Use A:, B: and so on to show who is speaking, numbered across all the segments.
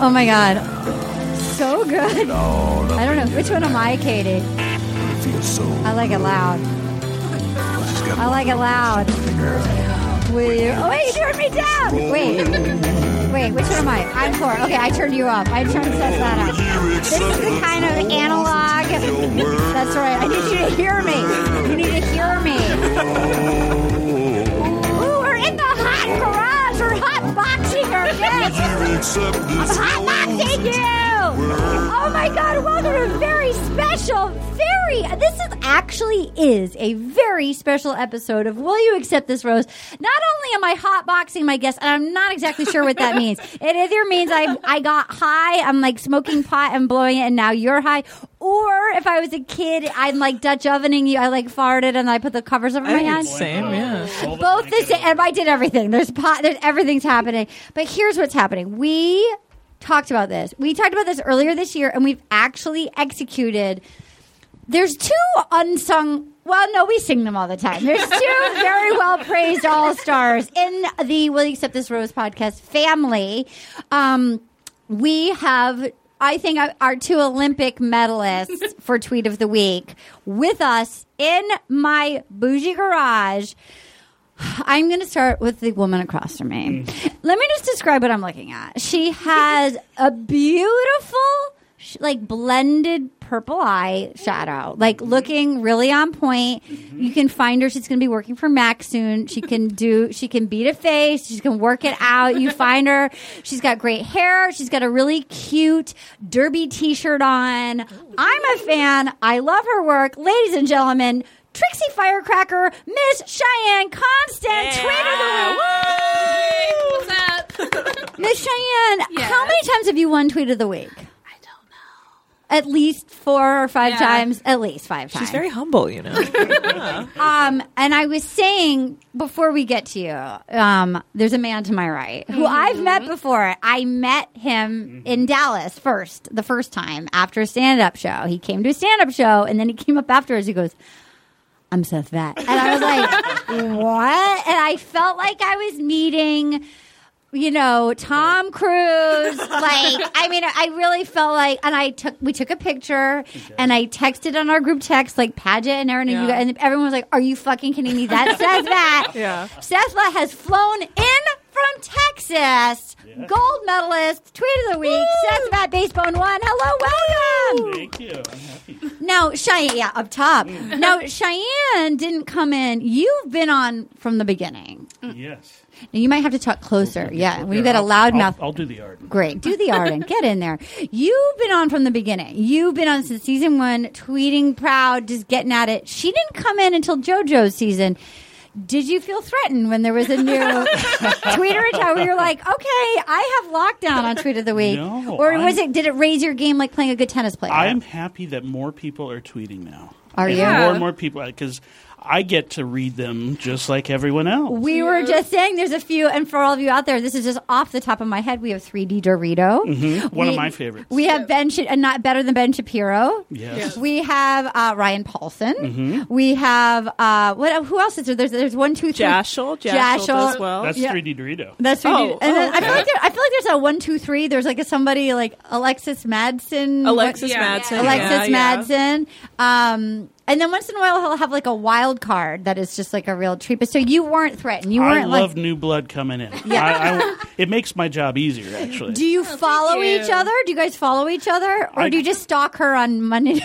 A: Oh my god. So good. I don't know. Which one am I, Katie? I like it loud. I like it loud. Will you? Oh, wait, you turned me down! Wait. Wait, which one am I? I'm four. Okay, I turned you up. I turned Seth that up. This is the kind of analog. That's right. I need you to hear me. You need to hear me. Ooh, we're in the hot garage. We're hot boxing her. Yes. I'm hotboxing you! Oh my god, welcome to a very special, very, this is actually is a very special episode of Will You Accept This Rose? Not only am I hotboxing my guest, and I'm not exactly sure what that means. It either means I, I got high, I'm like smoking pot and blowing it, and now you're high. Or if I was a kid, I'm like Dutch ovening you, I like farted and I put the covers over my eyes
B: Same, yeah.
A: both the same. And I did everything. There's pot. There's everything's happening. But here's what's happening. We talked about this. We talked about this earlier this year, and we've actually executed. There's two unsung. Well, no, we sing them all the time. There's two very well praised all stars in the Will You Accept This Rose podcast family. Um, we have, I think, our- our two Olympic medalists for Tweet of the Week with us in my bougie garage. I'm going to start with the woman across from me. Let me just describe what I'm looking at. She has a beautiful, sh- like, blended purple eye shadow, like, looking really on point. You can find her. She's going to be working for Mac soon. She can do, she can beat a face. She can work it out. You find her. She's got great hair. She's got a really cute derby t shirt on. I'm a fan. I love her work. Ladies and gentlemen, Trixie Firecracker, Miss Cheyenne Constant, Tweet
C: What's up? I don't
A: of the Week. Miss Cheyenne, how many times have you won Tweet of the Week?
C: know.
A: At least four or five
C: Yeah.
A: times. At least five times.
B: She's very humble, you know.
A: um, and I was saying before we get to you, um, there's a man to my right who I've met before. I met him in Dallas first, the first time after a stand up show. He came to a stand up show and then he came up afterwards. He goes, I'm Seth Vatt. And I was like, what? And I felt like I was meeting, you know, Tom Cruise. Like, I mean, I really felt like, and I took, we took a picture and I texted on our group text, like Paget and Aaron and you
B: Yeah.
A: guys, and everyone was like, are you fucking kidding me? That's Seth Vatt.
B: Yeah.
A: Seth Vatt has flown in from Texas. Gold medalist, tweet of the week, Seth Vatt, Basebone One. Hello, welcome.
D: Thank you. Mm. I'm happy.
A: Now, Cheyenne, yeah, up top. Now, Cheyenne didn't come in. You've been on from the beginning.
D: Yes.
A: Now, you might have to talk closer. Yeah, when Mm. you
D: Here,
A: got a
D: I'll-
A: loud
D: I'll-
A: mouth.
D: I'll, do the art.
A: Great. Do the art and get in there. You've been on from the beginning. You've been on since season one, tweeting proud, just getting at it. She didn't come in until JoJo's season. Did you feel threatened when there was a new tweeter attack where you're like, okay, I have lockdown on tweet of the week?
D: No,
A: or was
D: I'm-
A: it, did it raise your game like playing a good tennis player?
D: I'm happy that more people are tweeting now.
A: Are
D: And
A: you?
D: More and more people because I get to read them just like everyone else.
A: We were just saying there's a few, and for all of you out there, this is just off the top of my head. We have 3D Dorito.
D: Hmm? One
A: We-
D: of my favorites.
A: We have Ben, Sh- uh, not better than Ben Shapiro.
D: Yes.
A: We have uh, Ryan Paulson.
B: Mm-hmm.
A: We have uh, what? Who else is there? There's there's one, two, three.
B: Jashel, Jashel, does well.
D: That's
A: Yeah.
D: 3D Dorito.
A: That's 3D.
B: Oh,
A: and then
B: oh,
A: I feel like there, I feel like there's a one, two, three. There's like a somebody like Alexis Madsen.
B: Alexis
C: Yeah.
B: Madsen. yeah,
A: Alexis
B: yeah.
A: Madsen. Um, and then once in a while he'll have like a wild card that is just like a real treat. But so you weren't threatened. You
D: I
A: weren't like
D: love new blood coming in. I, I, it makes my job easier, actually.
A: Do you follow
C: Oh, you.
A: each other? Do you guys follow each other, or
D: I-
A: do you just stalk her on Monday?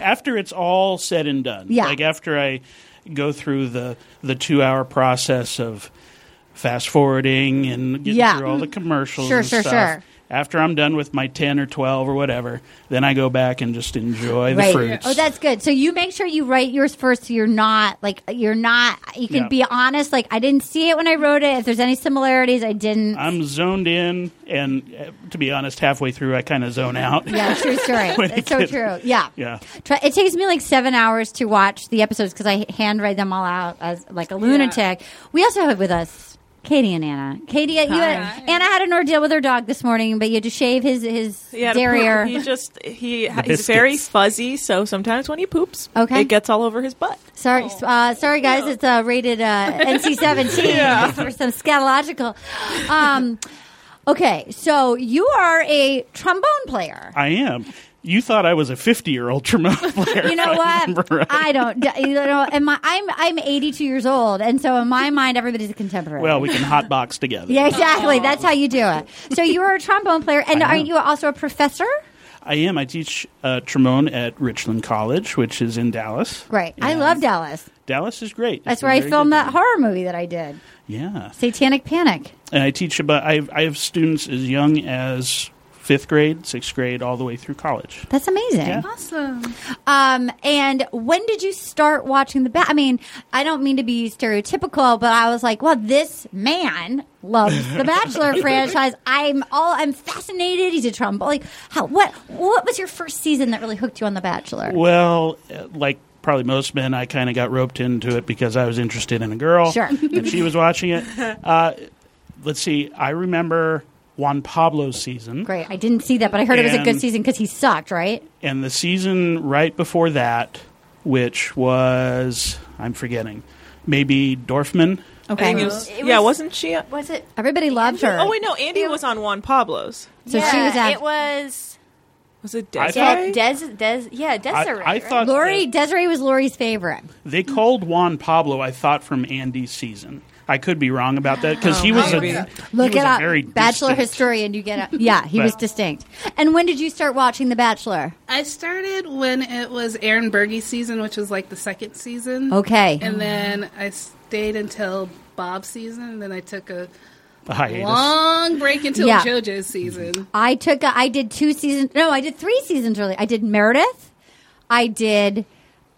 D: after it's all said and done,
A: Yeah.
D: like after I go through the the two hour process of fast forwarding and getting
A: Yeah.
D: through all the commercials,
A: Sure,
D: and
A: sure,
D: stuff,
A: sure.
D: After I'm done with my ten or twelve or whatever, then I go back and just enjoy the fruits.
A: Oh, that's good. So you make sure you write yours first. So you're not like you're not. You can
D: Yeah.
A: be honest. Like I didn't see it when I wrote it. If there's any similarities, I didn't.
D: I'm zoned in, and uh, to be honest, halfway through I kind of zone out.
A: yeah, true story. That's so
D: get-
A: true. Yeah.
D: Yeah.
A: Try, it takes me like seven hours to watch the episodes because I handwrite them all out as like a lunatic. We also have with us Katie and Anna. Katie, you
C: Hi.
A: had, Anna had an ordeal with her dog this morning, but you had to shave his his
B: He had a poop-
A: derriere.
B: He just he he's
D: biscuits.
B: very fuzzy, so sometimes when he poops,
A: Okay.
B: it gets all over his butt.
A: Sorry,
D: Oh.
A: uh, sorry, guys. It's uh, rated uh, NC seventeen for some scatological. Um, Okay, so you are a trombone player.
D: I am. You thought I was a 50 year old trombone player.
A: You know
D: if I
A: what?
D: remember right.
A: I don't. You know, and my, I'm I'm 82 years old, and so in my mind, everybody's a contemporary.
D: Well, we can hotbox together.
A: yeah, exactly. That's how you do it. So you are a trombone player, and
D: I am.
A: aren't you also a professor?
D: I am. I teach uh, trombone at Richland College, which is in Dallas.
A: Great. I
D: And
A: love Dallas.
D: Dallas is great.
A: That's
D: It's
A: where
D: a
A: I
D: very
A: filmed
D: good-
A: that horror movie that I did,
D: Yeah,
A: Satanic Panic.
D: and I teach about. I I have students as young as fifth grade, sixth grade, all the way through college.
A: That's amazing.
D: Yeah.
C: Awesome.
A: Um, and when did you start watching the bat? I mean, I don't mean to be stereotypical, but I was like, well, this man loves the Bachelor franchise. I'm all I'm fascinated. He's a trombone. Like, how? What? What was your first season that really hooked you on the Bachelor?
D: Well, uh, like probably most men, I kind of got roped into it because I was interested in a girl.
A: Sure.
D: And she was watching it. Uh, let's see. I remember Juan Pablo's season.
A: Great. I didn't see that, but I heard it was a good
D: And-
A: season because he sucked, right?
D: and the season right before that, which was I'm forgetting, maybe Dorfman.
B: I think it
D: Uh-huh.
B: was- yeah, wasn't she?
C: Was it?
A: Everybody loved her.
B: Oh wait, no, Andy was on Juan Pablo's.
A: So she was at
C: It was
B: Was it
D: I
B: Desiree?
D: thought-
C: Des. Des. Des yeah, Desiree.
D: I
C: right?
D: thought-
A: Lori. Desiree was Lori's favorite.
D: They called Juan Pablo, I thought, from Andy's season. I could be wrong about that because
A: Oh,
D: he was a
B: maybe.
D: he
A: Look
D: was
A: it
D: a
A: up,
D: very
A: Bachelor
D: distinct-
A: historian. You get it? Yeah, he was
D: But-
A: distinct. And when did you start watching The Bachelor?
E: I started when it was Aaron Berge's season, which was like the second season.
A: Okay.
E: And then I stayed until Bob's season. Then I took a
D: a hiatus.
E: long break until
A: Yeah.
E: JoJo's season.
A: I took a, I did two seasons. No, I did three seasons really. I did Meredith. I did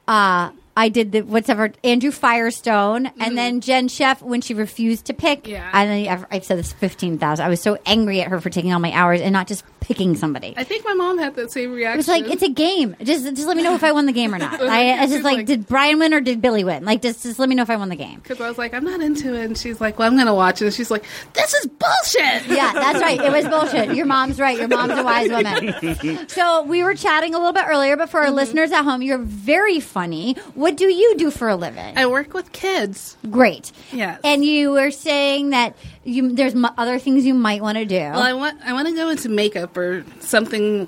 A: uh I did the what's ever Andrew Firestone and then Jen Chef when she refused to pick.
E: Mm-hmm. Yeah.
A: And then I've, I've said this 15,000. I was so angry at her for taking all my hours and not just picking somebody.
E: I think my mom had that same reaction.
A: It was like it's a game. Just just let me know if I won the game or not. I, it's just like,
E: Like-
A: did Brian win or did Billy win? Like just just let me know if I won the game.
E: because I was like, I'm not into it, and she's like, Well, I'm gonna watch it. And she's like, This is bullshit.
A: Yeah, that's right. It was bullshit. Your mom's right. Your mom's a wise woman. So we were chatting a little bit earlier, but
E: Mm-hmm.
A: for our listeners at home, you're very funny. What do you do for a living?
E: I work with kids.
A: Great.
E: Uh, Yes.
A: And you were saying that you there's m- other things you might want to do.
E: Well, I want I want to go into makeup or something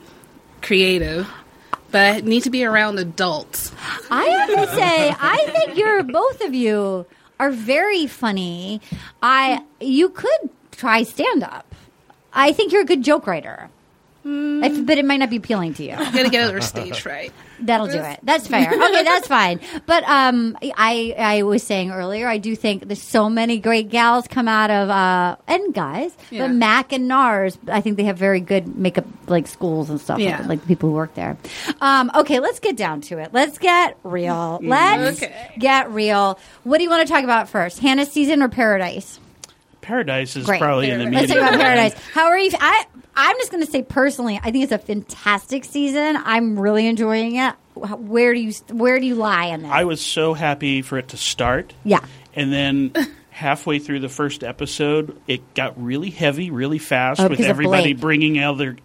E: creative, but I need to be around adults.
A: I have to say, I think you're both of you are very funny. I you could try stand up. I think you're a good joke writer.
E: Hmm.
A: If- but it might not be appealing to you.
E: I'm gonna get over stage fright.
A: That'll do it. That's fair. Okay, that's fine. But um, I I was saying earlier, I do think there's so many great gals come out of uh, and guys,
E: Yeah.
A: but Mac and Nars. I think they have very good makeup like schools and stuff.
E: Yeah.
A: like the people who work there. Um, okay, let's get down to it. Let's get real. Let's
E: Mm-hmm. Okay.
A: get real. What do you want to talk about first? Hannah season or Paradise?
D: Paradise is
A: Great.
D: probably in the
A: Let's talk
D: media.
A: about Paradise. How are you? I I'm just going to say personally, I think it's a fantastic season. I'm really enjoying it. Wh- Where do you Where do you lie in this?
D: I was so happy for it to start.
A: Yeah.
D: And then halfway through the first episode, it got really heavy, really fast,
A: Oh,
D: with
A: because of
D: everybody
A: Blake.
D: bringing all their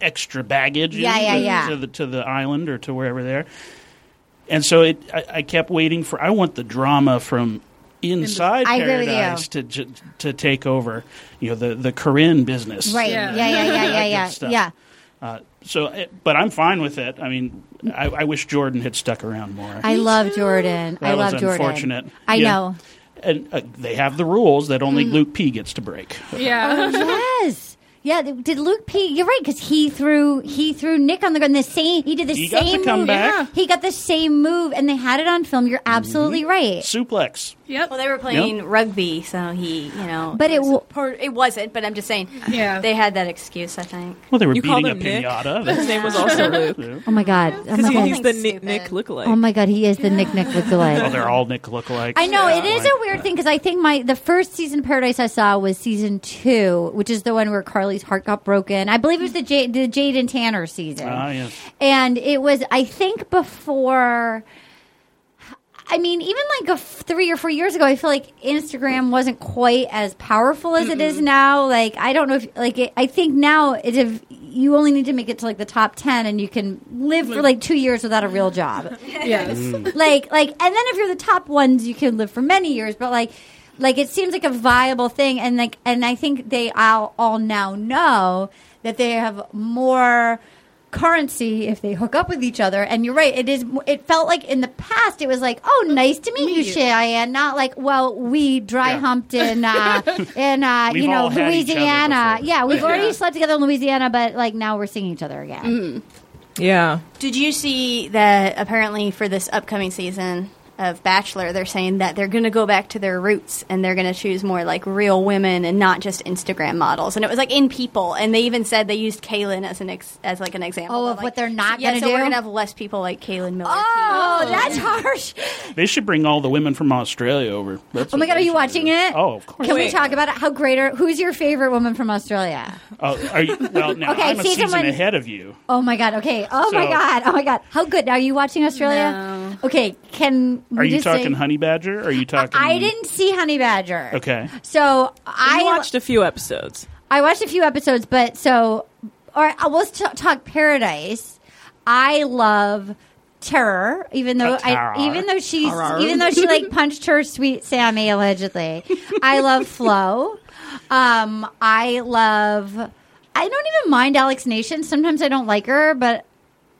D: extra baggage
A: Yeah,
D: in
A: yeah,
D: to,
A: yeah.
D: To, the, to the island or to wherever they're. And so it, I, I kept waiting for. I want the drama from inside
A: I agree with you.
D: paradise to j- to take over. You know the the Corinne business,
A: right? Yeah,
E: Yeah.
A: yeah, yeah, yeah, yeah,
D: That
A: yeah.
D: good stuff.
A: yeah.
D: Uh, so, it- but I'm fine with it. I mean, I, I wish Jordan had stuck around more.
A: I love Jordan. I
D: That
A: love
D: was
A: Jordan.
D: unfortunate.
A: I
D: Yeah.
A: know.
D: and uh, they have the rules that
A: Mm-hmm.
D: only Luke P gets to break.
E: Yeah.
A: yes. Yeah, th- did Luke P? You're right because he threw he threw Nick on the ground. The same he did the
D: He got the
A: same move.
D: comeback. Yeah.
A: He got the same move, and they had it on film. You're absolutely
D: Mm-hmm.
A: right.
D: Suplex.
E: Yep.
C: Well, they were playing rugby, so he, you know.
A: But it wa-
C: was, it wasn't. But I'm just saying.
E: Yeah.
C: They had that excuse, I think.
D: Well, they were
B: You called
D: beating a
B: him Nick?
D: pinata.
B: His name was also Luke.
D: Yeah.
A: Oh my god! Oh
B: Because
A: my
C: he-
A: god.
B: he's the
C: Something
B: Nick, Nick
C: stupid.
B: lookalike.
A: Oh my god, he is the Nick Nick lookalike.
D: Well, they're all Nick lookalikes.
A: I know
D: Yeah.
A: it is a weird thing because I think my the first season of Paradise I saw was season two, which is the one where Carly's heart got broken. I believe it was the Jade, the Jade and Tanner season.
D: Ah, yes.
A: And it was I think before. I mean, even like a f- three or four years ago, I feel like Instagram wasn't quite as powerful as it is now. Like, I don't know if like it, I think now it's if you only need to make it to like the top ten, and you can live for like two years without a real job
E: yes.
D: Mm.
A: like like and then if you're the top ones you can live for many years but like Like it seems like a viable thing, and like, and I think they all, all now know that they have more currency if they hook up with each other. And you're right; it is. It felt like in the past, it was like, "Oh, nice to meet you,
E: you.
A: Cheyenne," not like, "Well, we dry
D: Yeah.
A: humped in uh, in uh,
D: We've
A: you know
D: all had each other
A: Louisiana."
D: before.
A: Yeah, we've already
B: Yeah.
A: slept together in Louisiana, but like now we're seeing each other again.
B: Yeah.
C: Did you see that apparently for this upcoming season of Bachelor, they're saying that they're going to go back to their roots and they're going to choose more like real women and not just Instagram models. And it was like in people, and they even said they used Kaylin as an ex- as like an example.
A: Oh, of
C: like,
A: what they're not
C: yeah,
A: gonna
C: so
A: do?
C: We're going to have less people like Kaylin Miller.
A: Oh, that's harsh.
D: They should bring all the women from Australia over. That's
A: Oh my
D: what
A: god, are
D: they
A: you
D: should
A: watching
D: do.
A: it?
D: Oh, of course.
A: Can we
B: Wait.
A: talk about it? How great are who's your favorite woman from Australia?
D: Oh, are you, well, now
A: Okay,
D: I'm a
A: season
D: season,
A: one-
D: ahead of you.
A: Oh my god. Okay. Oh my
D: So-
A: god. Oh my god. How good are you watching Australia?
E: No.
A: Okay. Can we
D: Are you
A: just say-
D: talking honey badger? Are you talking?
A: I didn't see Honey Badger.
D: Okay.
A: So I
B: I watched a few episodes.
A: I watched a few episodes, but so or uh, let's t- talk Paradise. I love Terror, even though
D: Terror.
A: I, even though she's
B: Terror.
A: even though she like punched her sweet Sammy allegedly. I love Flo. Um, I love. I don't even mind Alex Nation. Sometimes I don't like her, but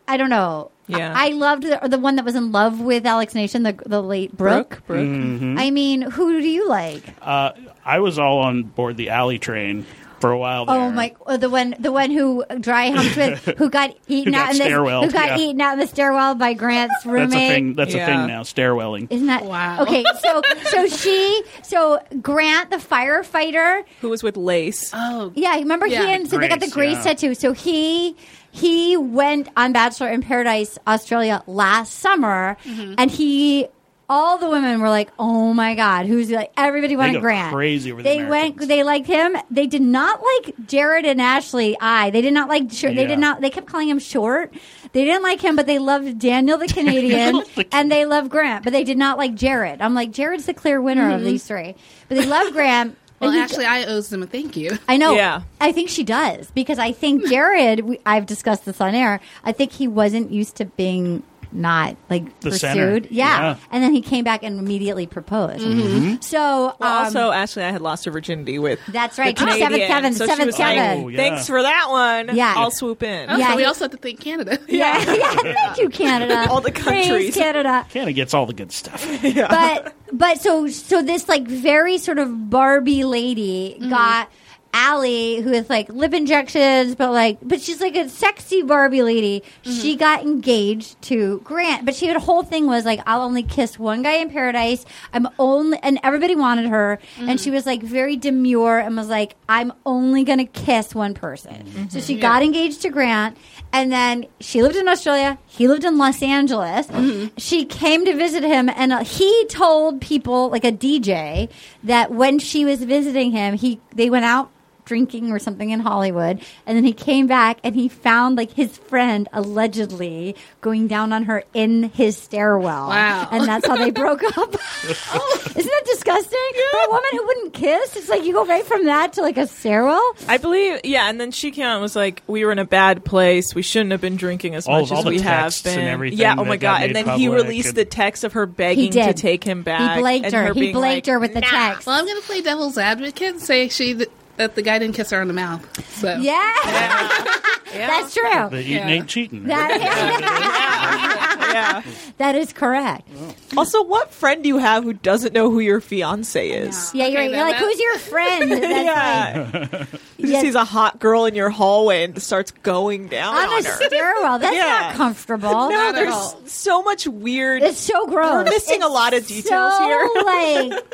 A: I don't know.
B: Yeah.
A: I, I loved the, the one that was in love with Alex Nation, the the late Brooke.
B: Brooke.
D: Mm-hmm.
A: I mean, who do you like?
D: Uh, I was all on board the alley train for a while. There.
A: Oh my! oh, The one, the one who dry humped with, who got eaten
D: Who
A: out
D: got
A: in the
D: stairwelled,
A: who got
D: yeah.
A: eaten out in the stairwell by Grant's roommate.
D: That's a thing. That's a
B: Yeah.
D: thing now. Stairwelling.
A: Isn't that
E: Wow.
A: Okay, so so she so Grant the firefighter.
B: Who was with Lace?
E: Oh,
A: Yeah, remember
E: Yeah.
A: he and so they got the
D: Grace,
A: Grace
D: yeah.
A: tattoo. So he he went on Bachelor in Paradise Australia last summer,
E: Mm-hmm.
A: and he. All the women were like, "Oh my God, who's like everybody wanted
D: go
A: Grant."
D: crazy over the
A: they went.
D: Americans.
A: They liked him. They did not like Jared and Ashley. I. They did not like. Sh- They
D: Yeah.
A: did not. They kept calling him short. They didn't like him, but they loved Daniel the Canadian, and they loved Grant, but they did not like Jared. I'm like, Jared's the clear winner of these three, but they love Grant.
E: Mm-hmm. well,
A: and he-
E: actually, I owes them a thank you.
A: I know.
B: Yeah.
A: I think she does because I think Jared. We, I've discussed this on air. I think he wasn't used to being not like
D: The center.
A: pursued. Yeah.
D: Yeah. Mm-hmm.
A: and then he came back and immediately proposed. So um,
B: Well, also, Ashley, I had lost her virginity with.
A: that's right.
B: the
A: Seven,
B: Canadian,
A: seven,
B: so she
A: seven,
B: was like,
A: seven.
D: Oh, yeah.
B: Thanks for that one.
A: Yeah.
B: I'll swoop in.
E: Oh,
A: Yeah,
E: so we
A: he-
E: also have to thank Canada.
A: Yeah, yeah. Thank you, Canada.
B: All the
A: Praise
B: countries.
A: Canada.
D: Canada gets all the good stuff.
A: but but so so this like very sort of Barbie lady got Allie who is like lip injections but like but she's like a sexy Barbie lady. She got engaged to Grant, but she had a whole thing was like I'll only kiss one guy in paradise. I'm only and everybody wanted her and she was like very demure and was like I'm only going to kiss one person. So she got engaged to Grant and then she lived in Australia. He lived in Los Angeles. She came to visit him, and uh, he told people, like a DJ, that when she was visiting him, he they went out drinking or something in Hollywood, and then he came back and he found like his friend allegedly going down on her in his stairwell.
E: Wow.
A: And that's how they broke up. Isn't that disgusting? For a woman who wouldn't kiss, it's like you go right from that to like a stairwell.
B: I believe, yeah. And then she came out and was like, "We were in a bad place. We shouldn't have been drinking as
D: All-
B: much
D: all
B: as
D: the
B: we have
D: texts
B: been."
D: and everything
B: yeah. Oh my
D: that got
B: god. And
D: made
B: then he
D: public
B: released
D: and-
B: the text of her begging
A: did.
B: to take him back.
A: He blaked
B: and
A: her. He
B: being
A: blaked
B: like,
A: her with the
B: "Nah."
A: text.
E: Well, I'm going to play devil's advocate and say she th- that the guy didn't kiss her on the mouth. So
A: yeah.
B: Yeah.
A: that's true.
D: The eating
E: Yeah.
D: ain't cheating.
B: yeah.
A: that is correct.
B: Also, what friend do you have who doesn't know who your fiance is?
A: Yeah, you're,
E: Okay,
A: right.
E: then
A: you're like,
E: that-
A: who's your friend? That's like,
B: Yeah. He just
A: Yes.
B: sees a hot girl in your hallway and starts going down on,
A: on a
B: her.
A: stairwell. That's
B: Yeah.
A: not comfortable.
B: no,
E: at all.
B: there's so much weird.
A: It's so gross.
B: We're missing a
A: It's
B: lot of details
A: so,
B: here.
A: like, and the fact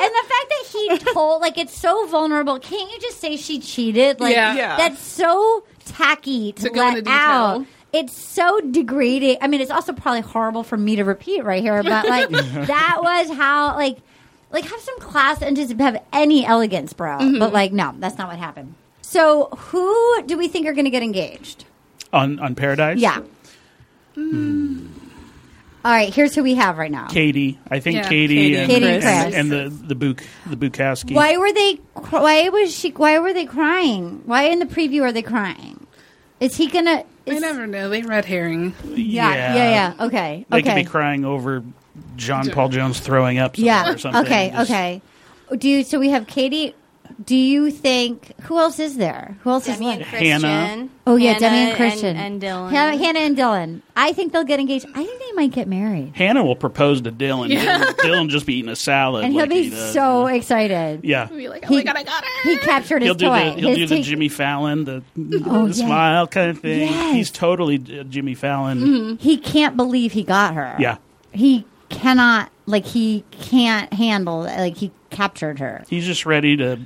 A: that he told, like, it's so vulnerable. Can't you just say she cheated? Like,
E: Yeah.
B: Yeah.
A: that's so tacky to,
E: To go
A: let
E: into detail.
A: out. It's so degrading. I mean, it's also probably horrible for me to repeat right here, but like, that was how, like, like have some class and just have any elegance, bro. But like, no, that's not what happened. So, who do we think are going to get engaged?
D: on on Paradise.
A: Yeah. Mm. All right, here's who we have right now.
D: Katie. I think
E: Yeah,
D: Katie,
B: Katie
D: and,
A: Katie and
D: and,
A: Chris.
D: and the the Buk the Bukowski.
A: Why were they? cr- Why was she? Why were they crying? Why in the preview are they crying? Is he gonna?
E: I
A: is-
E: never know. They red herring.
A: Yeah, yeah, yeah. Okay,
D: They
A: okay,
D: could be crying over John Paul Jones throwing up somewhere
A: yeah.
D: or something.
A: Okay,
D: Just-
A: okay. do you, so we have Katie. Do you think who else is there? Who else
C: Demi
A: is
C: and
A: left?
C: Christian.
D: Hannah.
A: Oh yeah,
C: Hannah
A: Demi and Christian
C: and, Dylan.
A: Hannah, Hannah and Dylan. I think they'll get engaged. I think they might get married,
D: Hannah will propose to Dylan. Dylan. Dylan just be eating a salad.
A: and he'll
D: like
A: be
D: he does.
A: so excited.
D: Yeah.
E: Be like, oh
A: He-
E: my god, I got her.
A: He captured his
D: He'll do
A: toy.
D: the he'll
A: His
D: do the
A: take-
D: Jimmy Fallon the,
A: Oh,
D: the
A: yeah.
D: smile kind of thing.
A: Yes. Mm-hmm.
D: He's totally uh, Jimmy Fallon.
A: He can't believe he got her.
D: Yeah.
A: he cannot. Like he can't handle. that, Like he captured her.
D: He's just ready to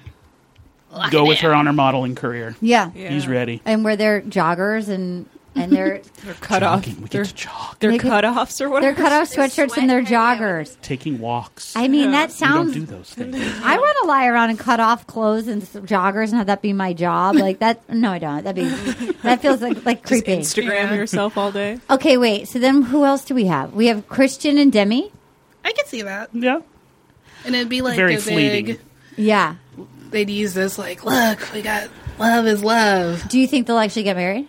D: go with her on her modeling career.
A: Yeah,
B: Yeah.
D: He's ready.
A: and where they're joggers and and they're
B: They're cut off.
D: Jogging. We
B: They're,
D: get to jog.
B: they're
A: They get-
B: cut offs or
A: they're
B: whatever.
A: cut off sweatshirts and they're joggers.
D: Taking walks.
A: I mean, that
D: we don't
A: sounds.
D: do those things.
A: I want to lie around and cut off clothes and s- joggers and have that be my job. Like that. No, I don't. That'd be. That feels like like
B: Just
A: creepy.
B: Instagram yourself all day.
A: okay, wait. So then, who else do we have? We have Christian and Demi.
E: I could see that,
D: yeah.
E: and it'd be like
D: Very
E: a
D: fleeting.
E: big.
A: Yeah.
E: They'd use this like, look, we got love is love.
A: Do you think they'll actually get married?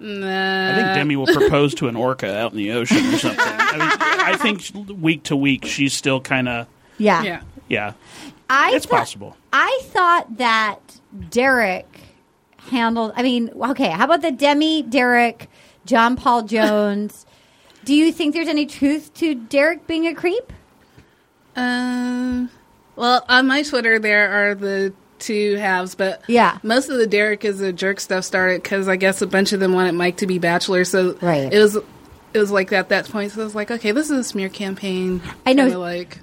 D: I think Demi
A: uh,
D: will propose to an orca out in the ocean or something. I, mean, I think week to week she's still kind of
A: Yeah.
E: Yeah.
D: yeah.
A: I
D: It's
A: thought-
D: possible.
A: I thought that Derek handled. I mean, okay. How about the Demi, Derek, John Paul Jones? do you think there's any truth to Derek being a creep?
E: Um. Well, on my Twitter, there are the two halves, but
A: Yeah.
E: most of the Derek is a jerk stuff started because I guess a bunch of them wanted Mike to be bachelor, so
A: Right.
E: it was it was like that at that point. So I was like, okay, this is a smear campaign.
A: I know.
E: Kinda like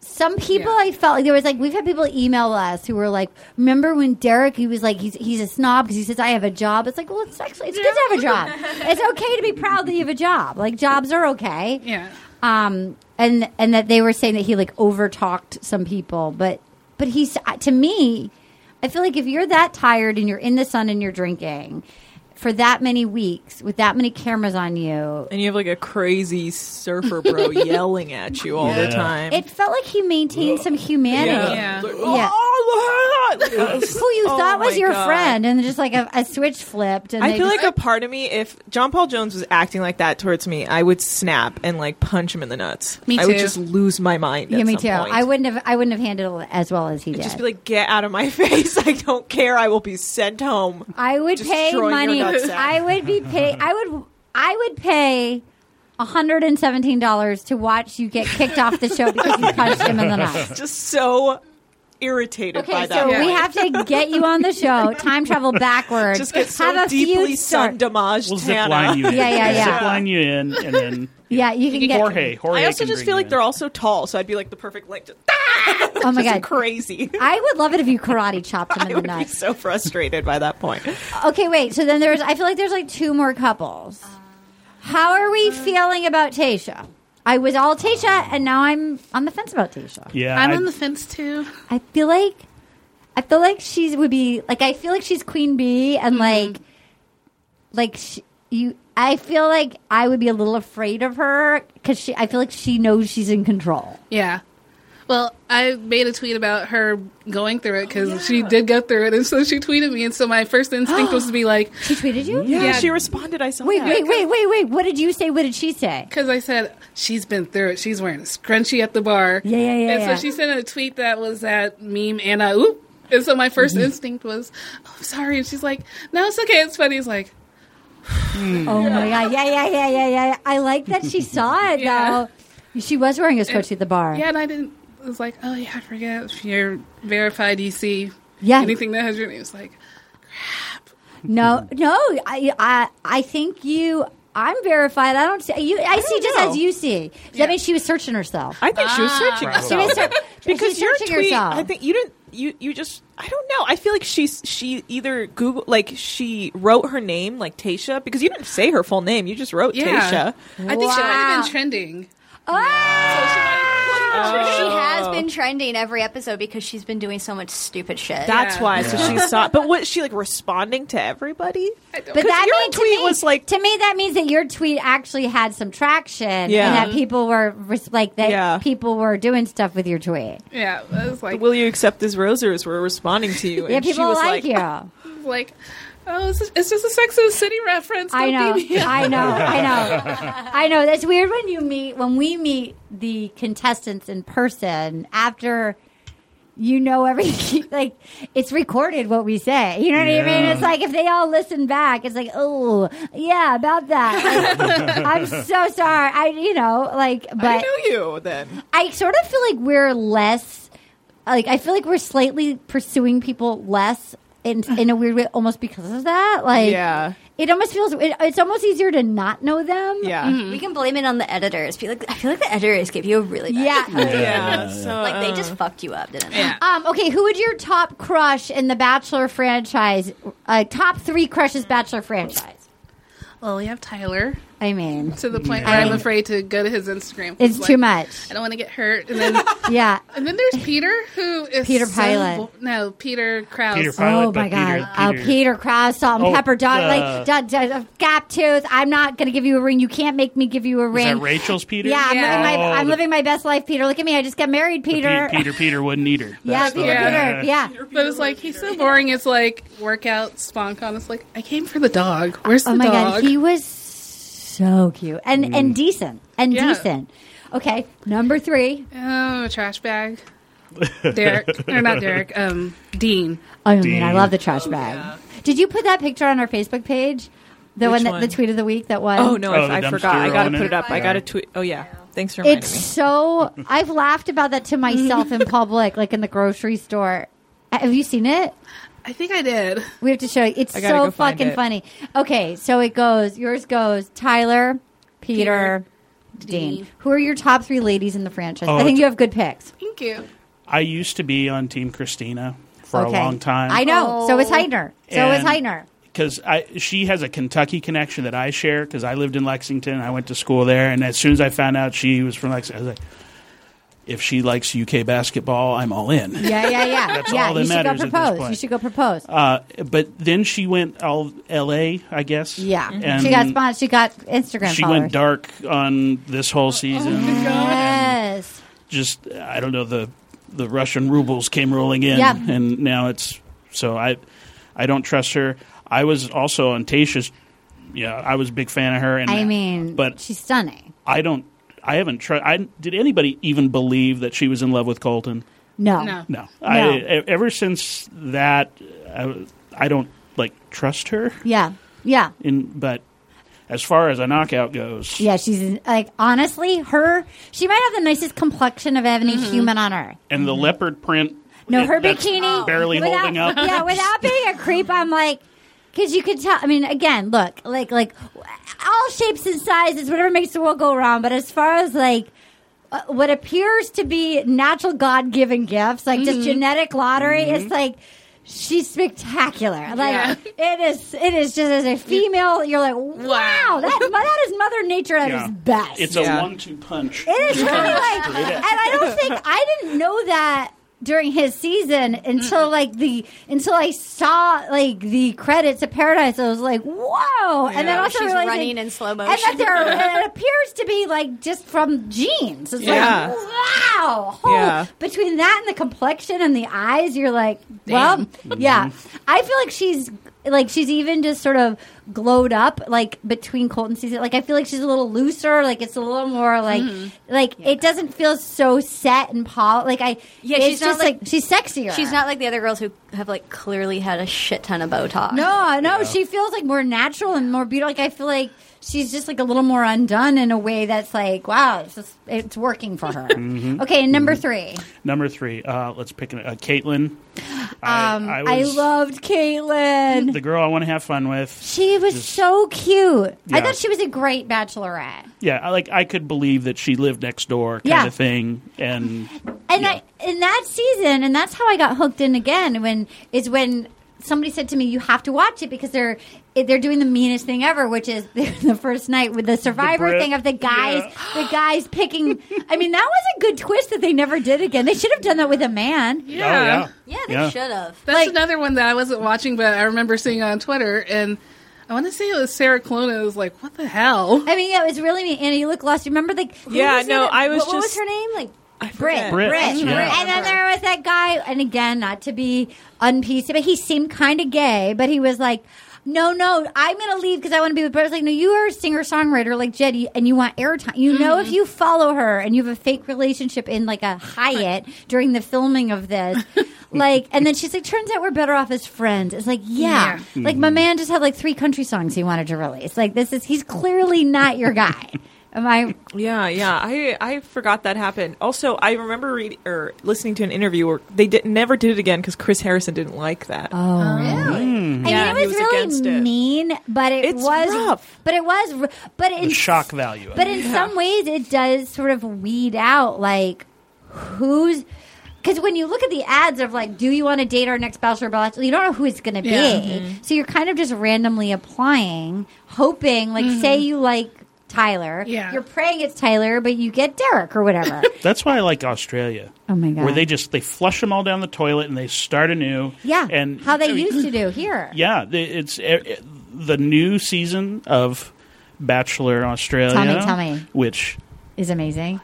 A: some people
E: Yeah.
A: I felt like there was like we've had people email us who were like, remember when Derek he was like he's he's a snob because he says I have a job. It's like well it's actually it's good to have a job. it's okay to be proud that you have a job. Like jobs are okay.
E: yeah.
A: Um and and that they were saying that he like over talked some people, but but he's to me, I feel like if you're that tired and you're in the sun and you're drinking for that many weeks with that many cameras on you,
B: And you have like a crazy surfer bro yelling at you all
D: Yeah.
B: the time.
A: it felt like he maintained some humanity.
E: Yeah.
B: Like,
A: Yeah.
B: "Oh, look at that."
A: who you
B: Oh
A: thought was
B: my
A: your
B: God.
A: friend, and just like a, a switch flipped. And
B: I
A: they
B: feel
A: just-
B: like a part of me, if John Paul Jones was acting like that towards me, I would snap and like punch him in the nuts.
E: Me
B: I would
E: too.
B: just lose my mind.
A: yeah,
B: at
A: me
B: some
A: too.
B: point.
A: I wouldn't have. I wouldn't have handled it as well as he did.
B: just be like, get out of my face. I don't care. I will be sent home.
A: I would pay
B: destroying your
A: money.
B: nutsack.
A: I would be pay. I would. I would pay. hundred and seventeen dollars to watch you get kicked off the show because you punched him in the nuts.
B: Just so irritated
A: Okay,
B: by
A: so
B: that.
A: we
B: point.
A: have to get you on the show. Time travel backwards.
B: just get
A: have
B: so
A: a feud
B: deeply
A: start.
B: sun damaged
D: We'll zip
B: Tana.
D: line you in.
A: Yeah, yeah, yeah.
D: Zip line you in and then
A: Yeah, you can get.
D: Jorge. Jorge
B: I also
D: can
B: just
D: bring
B: feel
D: you
B: like
D: in.
B: they're all so tall, so I'd be like the perfect length. Just,
A: Oh my
B: just
A: god,
B: crazy.
A: I would love it if you karate chopped him
B: I
A: in the
B: would be
A: nuts.
B: so frustrated by that point.
A: Okay, wait. So then there's. I feel like there's like two more couples. How are we feeling about Tasha? I was all Tasha, and now I'm on the fence about Tasha.
D: Yeah,
E: I'm
D: I-
E: on the fence too.
A: I feel like, I feel like she would be like. I feel like she's queen bee, and
E: Mm-hmm.
A: like, like sh you. I feel like I would be a little afraid of her because she. I feel like she knows she's in control.
E: Yeah. Well, I made a tweet about her going through it
A: Oh,
E: because she did go through it, and so she tweeted me, and so my first instinct was to be like,
A: She tweeted you.
B: Yeah,
E: Yeah.
B: she responded. I saw.
A: Wait,
B: that.
A: wait, wait, wait, wait. What did you say? What did she say?
E: because I said she's been through it. She's wearing a scrunchie at the bar.
A: Yeah, yeah, yeah,
E: And
A: yeah.
E: so she sent a tweet that was that meme, and I oop. And so my first
A: Mm-hmm.
E: instinct was, oh, I'm sorry. And she's like, no, it's okay. It's funny. It's like,
A: Oh my god! Yeah, yeah, yeah, yeah, yeah. I like that she saw it
E: Yeah.
A: though. She was wearing a scrunchie at the bar.
E: yeah, and I didn't. I was like, oh yeah, I forget if you're verified. You see
A: Yeah.
E: anything that has your name. It's like,
A: No,
B: Mm-hmm.
A: no. I, I, I think you. I'm verified. I don't see you. I, see
B: don't
A: just
B: know.
A: as you see. Does
E: Yeah.
A: That means she was searching herself.
B: I think she was searching herself.
A: She was search-
B: because
A: she's
B: your
A: searching
B: tweet,
A: herself.
B: I think you didn't. You you just I don't know. I feel like she's she either Google like she wrote her name like Tasha because you didn't say her full name. You just wrote
E: yeah.
B: Tasha.
E: I think she might have
A: Wow.
E: been trending.
A: Oh!
C: She has been trending every episode because she's been doing so much stupid shit.
B: That's
E: Yeah.
B: why. So she saw. But was she like responding to everybody?
E: I don't
A: But that
B: your
A: means
B: tweet
A: to me,
B: was like-
A: to me that means that your tweet actually had some traction,
B: Yeah.
A: and that people were res- like that
B: Yeah.
A: people were doing stuff with your tweet.
E: Yeah, I was like,
B: Will you accept this? Rosers were responding to you, and
A: Yeah,
B: she
A: people
B: was
A: like,
B: like, "Ah,
A: you.
E: like, oh, it's just, it's just a Sex and the City reference.
A: I
E: Don't
A: know,
E: beat me up.
A: I know, I know, I know. That's weird when you meet when we meet the contestants in person after you know everything. like it's recorded what we say. You know what I mean?
D: Yeah.
A: It's like if they all listen back, it's like, oh yeah, about that. Like, I'm so sorry. I you know like,
B: I
A: but
B: know you then.
A: I sort of feel like we're less, like I feel like we're slightly pursuing people less in in a weird way, almost because of that. Like,
B: Yeah.
A: it almost feels it, it's almost easier to not know them. Mm,
B: Yeah.
C: We can blame it on the editors. Be like, I feel like the editors gave you a really bad
A: Yeah.
B: Yeah.
D: Yeah.
B: So,
C: like they
B: uh,
C: just fucked you up, didn't they?
E: Yeah.
A: Um, okay, who would your top crush in the Bachelor franchise? Uh, top three crushes Bachelor franchise.
E: Well, we have Tyler
A: I mean,
E: to the point
A: Yeah.
E: where
A: I
E: I'm
A: mean-
E: afraid to go to his Instagram. 'cause
A: it's too
E: like,
A: much.
E: I don't want to get hurt. And then,
A: Yeah.
E: and then there's Peter, who is
A: Peter
E: so
A: Pilot.
E: bo- no, Peter Krause.
D: Peter Pilot.
A: Oh my
D: but Peter-
A: god! Oh,
D: Peter-
A: Peter Krause, salt and
D: Oh,
A: pepper, dog,
D: uh,
A: like da, da, da- gap tooth. I'm not going to give you a ring. You can't make me give you a
D: Is
A: ring.
D: that Rachel's Peter?
A: Yeah, I'm,
E: Yeah.
A: Living, my,
D: Oh,
A: I'm
D: the-
A: living my best life, Peter. Look at me. I just got married,
D: the Pe-
A: Peter.
D: Peter Peter wouldn't eat her.
A: yeah,
D: That's
A: Peter,
D: the-
A: Peter. Yeah.
E: But it's like he's so boring. It's like workout spunk on. It's like I came for the dog. Where's the
A: Oh my
E: dog?
A: god, he was so cute and
B: Mm.
A: and decent and
E: Yeah.
A: decent. Okay, number three.
E: oh, trash bag. Derek or not Derek? Um, Dean.
A: I mean, I
D: Dean.
A: love the trash bag. Did you put that picture on our Facebook page? The
B: Oh, Which
A: one, that
B: one?
A: the tweet of the week. That one.
B: Oh no,
D: Oh, the
B: I, I
D: dumpster
B: forgot. I gotta
D: on
B: put
D: it.
B: it up. I
D: Yeah.
B: gotta tweet. Oh yeah, thanks for reminding
A: It's
B: me.
A: so I've laughed about that to myself in public, like in the grocery store. Have you seen it?
E: I think I did.
A: We have to show you. It's
B: I gotta
A: so
B: go find
A: fucking
B: it.
A: funny. Okay, so it goes. Yours goes Tyler, Peter, Dean.
E: Dean.
A: Who are your top three ladies in the franchise?
D: Oh,
A: I think
D: it's-
A: you have good picks.
E: Thank you.
D: I used to be on Team Christina for
A: okay.
D: a long time.
A: I know. So is Heidner. So is Heidner.
D: Because I, she has a Kentucky connection that I share because I lived in Lexington. I went to school there, and as soon as I found out she was from Lexington, I was like, if she likes UK basketball, I'm all in.
A: Yeah, yeah, yeah.
D: That's
A: yeah,
D: all that
A: you should go
D: matters at this
A: propose.
D: point.
A: You should go propose.
D: Uh, but then she went all L.A., I guess.
A: yeah. Mm-hmm.
D: And
A: She got sponsors. She got Instagram
D: She
A: followers.
D: went dark on this whole season.
A: Yes.
D: just I don't know the the Russian rubles came rolling in,
A: Yeah.
D: and now it's so I I don't trust her. I was also on Tasha's. Yeah, I was a big fan of her. And
A: I mean,
D: but
A: she's stunning.
D: I don't. I haven't tried. I did anybody even believe that she was in love with Colton?
A: No.
E: No.
D: No. I,
A: No.
D: e- ever since that, I, I don't like trust her.
A: Yeah. Yeah.
D: In but as far as a knockout goes,
A: Yeah, she's like honestly, her she might have the nicest complexion of any human on earth.
D: and the leopard print.
A: Mm-hmm. No,
D: it-
A: her
D: that's
A: bikini
D: barely
A: without-
D: holding up.
A: Yeah, without being a creep, I'm like, because you could tell. I mean, again, look, like like all shapes and sizes, whatever makes the world go round. But as far as like. Uh, what appears to be natural God given gifts, like just genetic lottery, it's like she's spectacular. Like
E: Yeah.
A: it is, it is just as a female, you're like, wow, that that is Mother Nature at
D: Yeah.
A: its best.
D: It's
B: Yeah.
D: a one-two punch.
A: It is really like,
D: Straight
A: and
D: up.
A: I don't think I didn't know that during his season until like the until I saw like the credits of Paradise. I was like, whoa! And then
C: Yeah.
A: also
C: She's
A: realizing-
C: running in slow
A: and that
C: motion.
A: there it appears to be like just from genes. It's
B: Yeah.
A: like wow. Holy-
B: Yeah.
A: Between that and the complexion and the eyes, you're like, well,
C: Mm-hmm.
A: yeah. I feel like she's like she's even just sort of glowed up like between Colton season. Like I feel like she's a little looser. Like it's a little more like
C: Mm-hmm.
A: like it doesn't feel so set and polished. Like I
C: Yeah,
A: it's
C: she's not
A: just
C: like-
A: she's sexier.
C: She's not like the other girls who have like clearly had a shit ton of Botox.
A: No, no, she feels like more natural and more beautiful. Like I feel like she's just like a little more undone in a way that's like, wow, it's just, it's working for her.
C: Mm-hmm.
A: Okay, and number three.
D: Number three, uh, let's pick an, uh, Caitlin. I,
A: Um, I,
D: was
A: loved Caitlyn.
D: the girl I want to have fun with.
A: She was
D: Just-
A: so cute. I
D: Yeah.
A: thought she was a great bachelorette.
D: Yeah, I, like I could believe that she lived next door, kind
A: Yeah.
D: of thing. And oh,
A: And
D: Yeah.
A: I, in that season, and that's how I got hooked in again. When is when somebody said to me, "You have to watch it because they're they're doing the meanest thing ever," which is the, the first night with the Survivor
D: Brit-
A: thing of the guys, the guys picking. I mean, that was a good twist that they never did again. They should have done that with a man.
D: oh,
E: Yeah.
D: yeah,
C: Yeah, they should have.
E: That's
A: Like-
E: another one that I wasn't watching, but I remember seeing on Twitter, and I want to say it was Sarah Colonna. I was like, "What the hell?"
A: I mean, yeah, it was really mean. Annie, you look lost. Remember, like, who
B: Yeah,
A: was in
B: no,
A: it?
B: I was
A: What, what was
B: just-
A: her name? Like,
B: I
A: Brit,
B: forget.
A: Brit,
D: Brit,
E: yeah.
A: And then there was that guy, and again, not to be unpc, but he seemed kind of gay, but he was like, no, no, I'm going to leave because I want to be with Brett. I was like, no, you are a singer songwriter like Jetty and you want airtime. You know, if you follow her and you have a fake relationship in like a Hyatt during the filming of this, like, and then she's like, turns out we're better off as friends. It's like, yeah. Like, my man just had like three country songs he wanted to release. Like, this is, he's clearly not your guy. Am I?
B: Yeah, yeah. I I forgot that happened. Also, I remember reading or listening to an interview where they did, never did it again because Chris Harrison didn't like that.
A: Oh.
D: Mm-hmm.
B: Yeah,
A: I mean,
B: he
A: it was,
B: was against
A: really
B: it.
A: mean, but it
B: It's
A: was,
B: rough.
A: but it was, r- but in
D: The shock value. of
A: But
D: it.
A: in some ways, it does sort of weed out like who's because when you look at the ads of like, do you want to date our next bachelor? or Bachelor, you don't know who it's going to
E: Yeah.
A: be, Mm-hmm. so you're kind of just randomly applying, hoping like, say
B: Mm-hmm.
A: you like Tyler,
E: Yeah.
A: you're praying it's Tyler, but you get Derek or whatever.
D: That's why I like Australia.
A: Oh my God.
D: Where they just they flush them all down the toilet and they start anew.
A: yeah,
D: and
A: how they
D: I mean,
A: used to do here.
D: Yeah, they- it's eh, eh, the new season of Bachelor Australia.
A: Tell me, tell me.
D: Which
A: is amazing.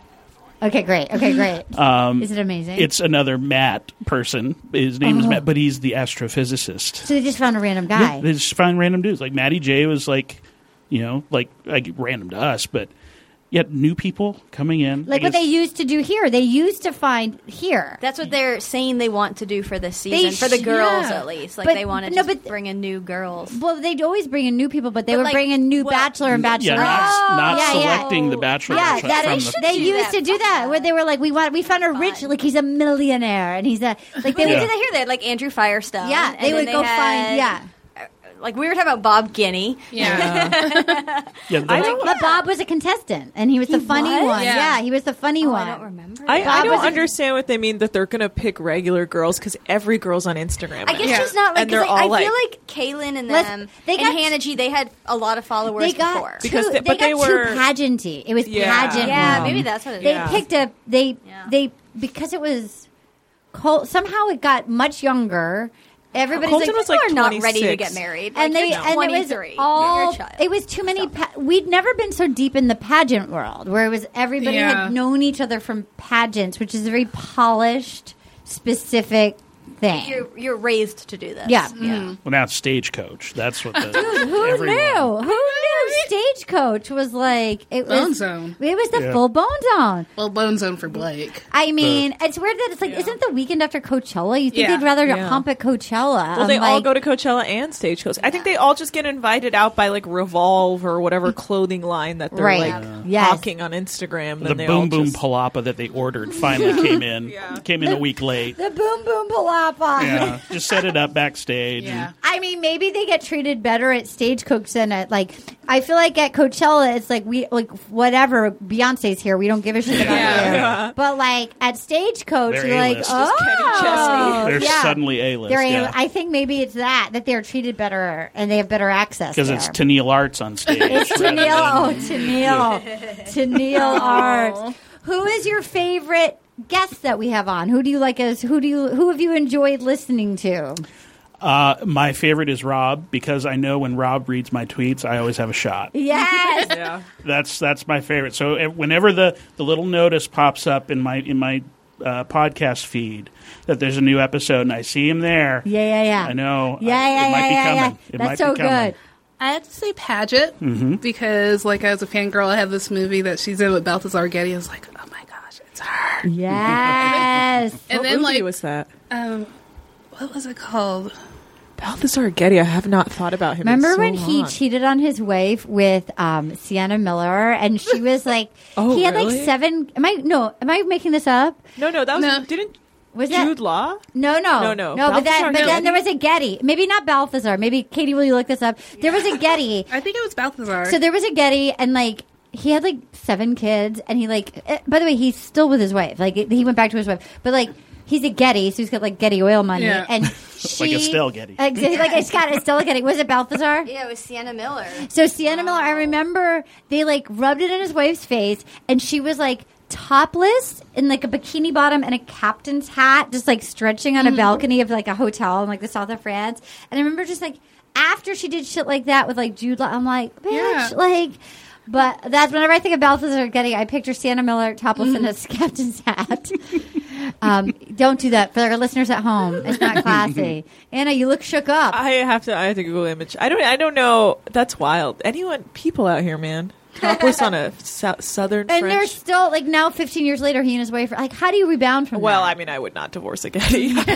A: Okay, great. Okay, great. is it amazing?
D: Um, it's another Matt person. His name is Matt, but he's the astrophysicist.
A: so they just found Oh. a random guy.
D: Yeah, they just find random dudes. Like Maddie J was like, you know, like like random to us, but yet new people coming in.
A: like
D: I
A: what
D: guess-
A: they used to do here. They used to find here.
C: That's what they're saying they want to do for this
A: They
C: season, for the
A: sh-
C: girls
E: yeah.
C: at least. Like
A: But-
C: they want to
A: no,
C: just
A: but-
C: bring in new girls.
A: well, they'd always bring in new people, but they
C: But,
A: would
C: like,
A: bring in new
C: well- Oh,
A: bachelor and bachelorette. Oh,
D: yeah, not, not
A: Yeah, yeah.
D: selecting the bachelor
A: Yeah,
D: from
A: that
D: the-
A: is, they
C: do
A: used
C: that.
A: to do that where they were like, "We want, we found a rich, like he's a millionaire, and he's a like they
C: They
A: would do
D: Yeah.
C: did
A: that
C: that
A: here.
C: here. They had like Andrew Firestone.
A: Yeah,
C: And
A: they
C: then
A: would go
C: had-
A: find, yeah,
C: Like we were talking about Bob Guinea.
E: Yeah.
D: yeah, the-
B: I don't,
A: But Bob was a contestant, and he was the funny
C: was?
A: one. Yeah.
E: Yeah.
A: he was the funny
C: Oh,
A: one.
C: I don't remember.
B: I, I
A: Bob was
B: don't
A: a-
B: understand what they mean that they're gonna pick regular girls because every girl's on Instagram.
C: I guess
B: now.
E: Yeah.
C: she's not like,
B: And they're
C: 'cause, like,
B: all,
C: I feel like Kaylin and
A: Let's-
C: them
A: they got-
C: and Hannah G. They had a lot of followers
A: They got
C: before.
A: too,
B: Because they-
A: they,
B: but
A: got
B: they were-
A: too pageanty. It was
B: Yeah.
A: pageant.
C: yeah,
A: mom.
C: maybe that's what it is.
A: they
B: um, Yeah.
A: picked up they
C: Yeah.
A: they because it was cold somehow it got much younger everybody's
B: Colton
A: like
B: was,
C: People are not ready to
B: 26.
C: get married.
A: and
C: like,
A: they
C: you're
A: and it
C: 23.
A: was all
C: You're a child.
A: it was too many pa- we'd never been so deep in the pageant world where it was everybody
E: Yeah.
A: had known each other from pageants which is a very polished specific thing
C: you're you're raised to do this.
A: yeah
D: well, now it's stagecoach. That's what the
A: Who
D: everyone-
A: knew? Who knew? Stagecoach was like it was.
E: Bone Zone.
A: It was the
D: Yeah.
A: full bone zone.
E: Well, bone zone for Blake.
A: I mean, it's weird that it's like, isn't the weekend after Coachella? You think
E: Yeah.
A: they'd rather
B: Yeah.
A: hump at Coachella?
B: Well, they
A: I'm
B: all
A: like,
B: go to Coachella and Stagecoach. I think they all just get invited out by like Revolve or whatever clothing line that they're
A: Right.
B: like
A: Yeah. Yes.
B: hawking on Instagram.
D: the
B: and they all
D: boom boom
B: just-
D: palapa that they ordered finally came in.
B: Yeah.
D: Came in a week late.
A: the boom boom palapa.
D: Yeah, just set it up
E: Yeah.
D: backstage.
A: I mean, maybe they get treated better at Stagecoach than at like. I feel like at Coachella, it's like we like whatever. Beyonce's here, we don't give a shit about
E: Yeah.
A: you. But like at Stagecoach,
D: They're
A: you're like,
D: A-list.
A: oh,
D: Just
B: Kenny
D: And they're
A: yeah.
D: suddenly A list.
A: They're a- I think maybe it's that that they're treated better and they have better access
D: Because
A: there.
D: it's Tennille Arts on stage.
A: It's
D: rather
A: Tennille. Oh,
D: than-
A: Tennille. Tennille Arts. Who is your favorite guest that we have on? Who do you like as who do you who have you enjoyed listening to?
D: Uh, my favorite is Rob because I know when Rob reads my tweets, I always have a shot.
A: Yes.
B: Yeah.
D: That's that's my favorite. So eh, whenever the, the little notice pops up in my in my uh, podcast feed that there's a new episode and I see him there,
A: Yeah, yeah, yeah.
D: I know.
A: Yeah,
D: I-
A: yeah,
D: it might
A: yeah,
D: be
A: yeah,
D: coming.
A: yeah.
D: It
A: That's
D: might
A: so
D: be coming.
A: good.
E: I have to say Paget
B: Mm-hmm.
E: because, like, as a fangirl, I have this movie that she's in with Balthazar Getty. I was like, oh my gosh, it's her.
A: Yes.
E: And
B: What
E: then,
B: movie
E: like,
B: was that?
E: um, what was it called?
B: Balthazar Getty. I have not thought about him. in
A: Remember
B: so
A: when he
B: long.
A: cheated on his wife with um, Sienna Miller, and she was like,
B: Oh,
A: he had like
B: really?
A: seven. Am I no? Am I making this up?
B: No, no, that was
E: No.
B: didn't
A: Was that
B: Jude Law?
A: No, no,
B: No, no.
A: no. But
B: Balthazar
A: then, but then
B: Getty?
A: there was a Getty. Maybe not Balthazar. Maybe Katie, will you look this up? There was a Getty.
E: I think it was Balthazar.
A: So there was a Getty, and like he had like seven kids, and he like. eh, By the way, he's still with his wife. Like he went back to his wife, but like he's a Getty, so he's got like Getty oil money,
E: Yeah.
A: and she,
D: Estelle Getty.
A: Ex- like Scott Estelle Getty. Was it Balthazar?
C: Yeah, it was Sienna Miller.
A: So Sienna Miller, I remember they like rubbed it in his wife's face, and she was like topless in like a bikini bottom and a captain's hat, just like stretching on a balcony of like a hotel in like the south of France. And I remember just like after she did shit like that with like Jude Law, I'm like, bitch,
E: Yeah.
A: like. But that's whenever I think of Balthazar Getty, I picture Sienna Miller topless in his captain's hat. Um, don't do that for our listeners at home. It's not classy. Anna, you look shook up.
B: I have to. I have to Google image. I don't. I don't know. That's wild. Anyone? People out here, man. Topless on a sou- southern
A: and they're
B: French.
A: still like now, 15 years later, he and his wife. are- Like, how do you rebound from
B: Well,
A: that?
B: I mean, I would not divorce a guy.
A: but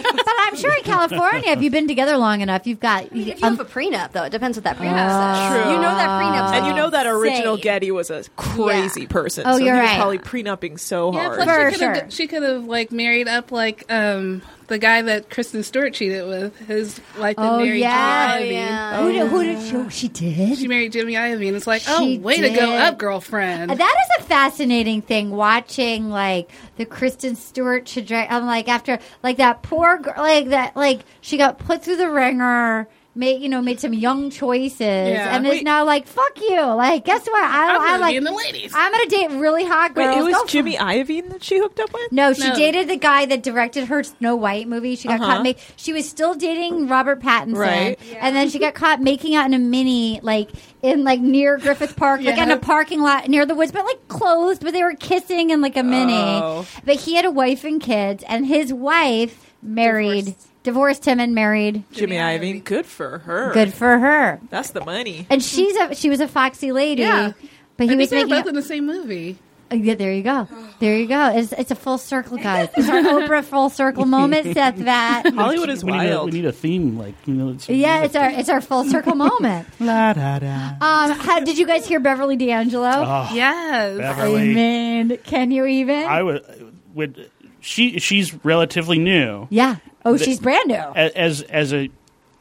A: I'm sure in California, if you've been together long enough, you've got.
C: If you
A: um,
C: have a prenup, though, it depends what that prenup says.
B: Ah, True.
C: You know that prenup,
B: and you know that original
C: Say.
B: Getty was a crazy
C: Yeah.
B: person.
A: Oh,
B: so
A: you're
B: he was
A: right.
B: probably prenupping so
E: Yeah,
B: hard.
E: plus
A: For
E: she could have
A: sure.
E: she could have like married up like um the guy that Kristen Stewart cheated with. His wife that
A: Oh,
E: married
A: yeah.
E: Jimmy Iovine.
C: Oh, yeah.
A: who, did, who did she? Oh, she did.
E: She married Jimmy Iovine. It's like,
A: She
E: oh, way to go
A: did.
E: up, girlfriend.
A: Uh, That is a fascinating thing. Watching like the Kristen Stewart trajectory. I'm like after like that poor girl, like that like she got put through the ringer. Made you know made some young choices
E: Yeah.
A: and is
B: Wait.
A: now like fuck you like guess what I,
E: I'm
A: I
E: gonna be
A: like
E: in the ladies.
A: I'm gonna date really hot
B: Wait,
A: girls.
B: it was
A: Go for
B: Jimmy Iovine that she hooked up with.
A: No, she
E: No.
A: dated the guy that directed her Snow White movie. She got
B: Uh-huh.
A: caught. Make- she was still dating Robert Pattinson,
B: Right.
A: and then she got caught making out in a mini, like in like near Griffith Park, like in
E: Yeah.
A: a parking lot near the woods, but like closed. But they were kissing in like a mini.
B: Oh.
A: But he had a wife and kids, and his wife married, divorced, him, and married.
B: Jimmy Iovine. Good for her.
A: Good for her.
B: That's the money.
A: And she's a she was a foxy lady.
E: Yeah.
A: But he
E: I think
A: was
E: they were
A: making
E: both in the same movie.
A: Oh, Yeah, there you go. There you go. It's, it's a full circle, guys. It's our Oprah full circle moment, Seth. That
B: Hollywood is
D: We need, a, we
B: wild.
D: need a theme, like you know. It's,
A: yeah, it's our it's our full circle moment.
D: La, da, da.
A: Um, how, did you guys hear Beverly D'Angelo?
B: Ah,
D: Oh,
E: Yes.
A: I
D: Beverly,
A: mean, can you even?
D: I would, would. She she's relatively new
A: yeah. Oh, she's brand new.
D: A- as as a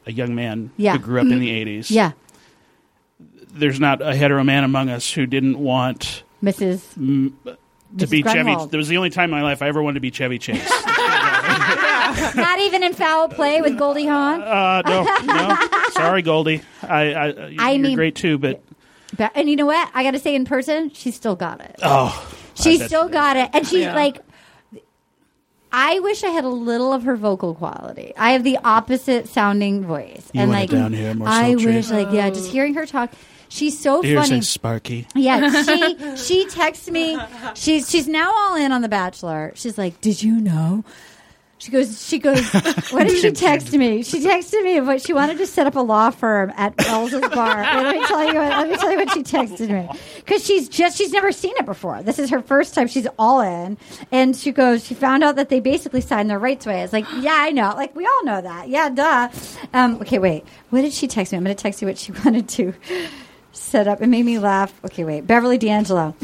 D: a young man
A: Yeah. Mm-hmm.
D: who grew up in the eighties.
A: Yeah,
D: there's not a hetero man among us who didn't want
A: Mrs.
D: to
A: Mrs.
D: be Chevy.
A: Grunwald.
D: That was the only time in my life I ever wanted to be Chevy Chase.
A: Not even in foul play with Goldie Hawn.
D: uh, no, no, sorry, Goldie. I, I,
A: I
D: you're
A: mean-
D: great too, but
A: Be- And you know what? I got to say, in person, she still got it.
D: oh,
A: She
D: I bet
A: still
D: she
A: got it. And she's
B: Yeah.
A: like, I wish I had a little of her vocal quality. I have the opposite sounding voice.
D: You
A: and
D: want
A: like,
D: it down here, more
A: I
D: sultry?
A: wish, like, yeah, just hearing her talk. She's so
D: Here's
A: funny.
D: a Sparky.
A: Yeah, she she texts me. She's she's now all in on the Bachelor. She's like, "Did you know?" She goes. She goes. What did she text me? She texted me what she wanted to set up a law firm at Bell's bar. And let me tell you. What, let me tell you what she texted me because she's just she's never seen it before. This is her first time. She's all in, and she goes. She found out that they basically signed their rights away. It's like, yeah, I know. Like we all know that. Yeah, duh. Um, okay, wait. What did she text me? I'm going to text you what she wanted to set up. It made me laugh. Okay, wait. Beverly D'Angelo.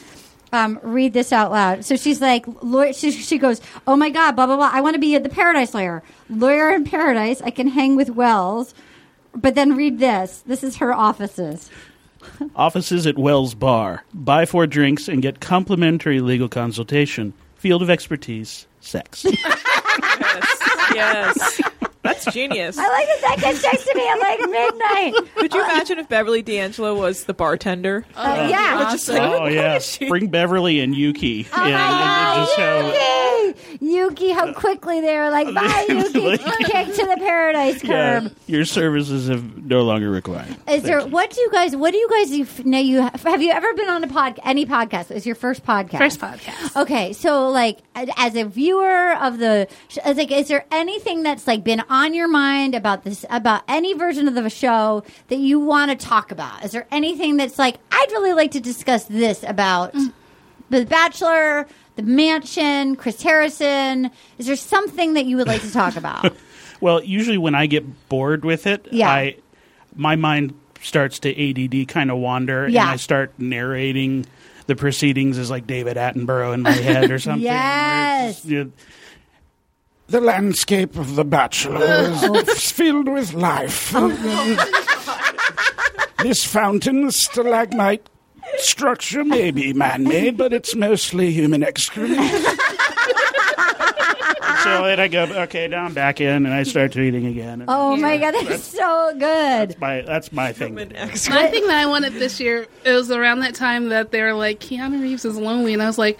A: Um, read this out loud. So she's like, lawyer, she, she goes, Oh my God, blah, blah, blah. I want to be the paradise lawyer. Lawyer in paradise. I can hang with Wells. But then read this. This is her offices.
D: Offices at Wells Bar. Buy four drinks and get complimentary legal consultation. Field of expertise: sex.
B: Yes. yes. That's genius.
A: I like that that gets texted me at like midnight.
B: Could you imagine if Beverly D'Angelo was the bartender?
A: Uh, yeah.
D: oh yes, bring Beverly and Yuki. Oh and, and just have-
A: Yuki! Yuki, how quickly they were like, bye, Yuki, kick to the paradise curb.
D: yeah, your services have no longer required.
A: Is
D: Thank
A: there
D: you.
A: what do you guys what do you guys if- now you have, have you ever been on a pod any podcast it's your first podcast
E: First podcast.
A: okay so like a- as a viewer of the sh- it's like is there anything that's like been on your mind about this about any version of the show that you want to talk about is there anything that's like I'd really like to discuss this about the Bachelor the mansion Chris Harrison is there something that you would like to talk about
D: Well, usually when I get bored with it,
A: Yeah.
D: I my mind starts to ADD kind of wander,
A: Yeah.
D: and I start narrating the proceedings as like David Attenborough in my head or something. or
A: Yes.
D: it's, you know,
F: The landscape of the bachelor is filled with life. this fountain, stalagmite structure, may be man made, but it's mostly human excrement.
D: so then I go, okay, now I'm back in, and I start tweeting again. And
A: oh my god that's so good
D: my, that's my thing.
B: Human extra.
E: My thing that I wanted this year, it was around that time that they were like, Keanu Reeves is lonely. And I was like,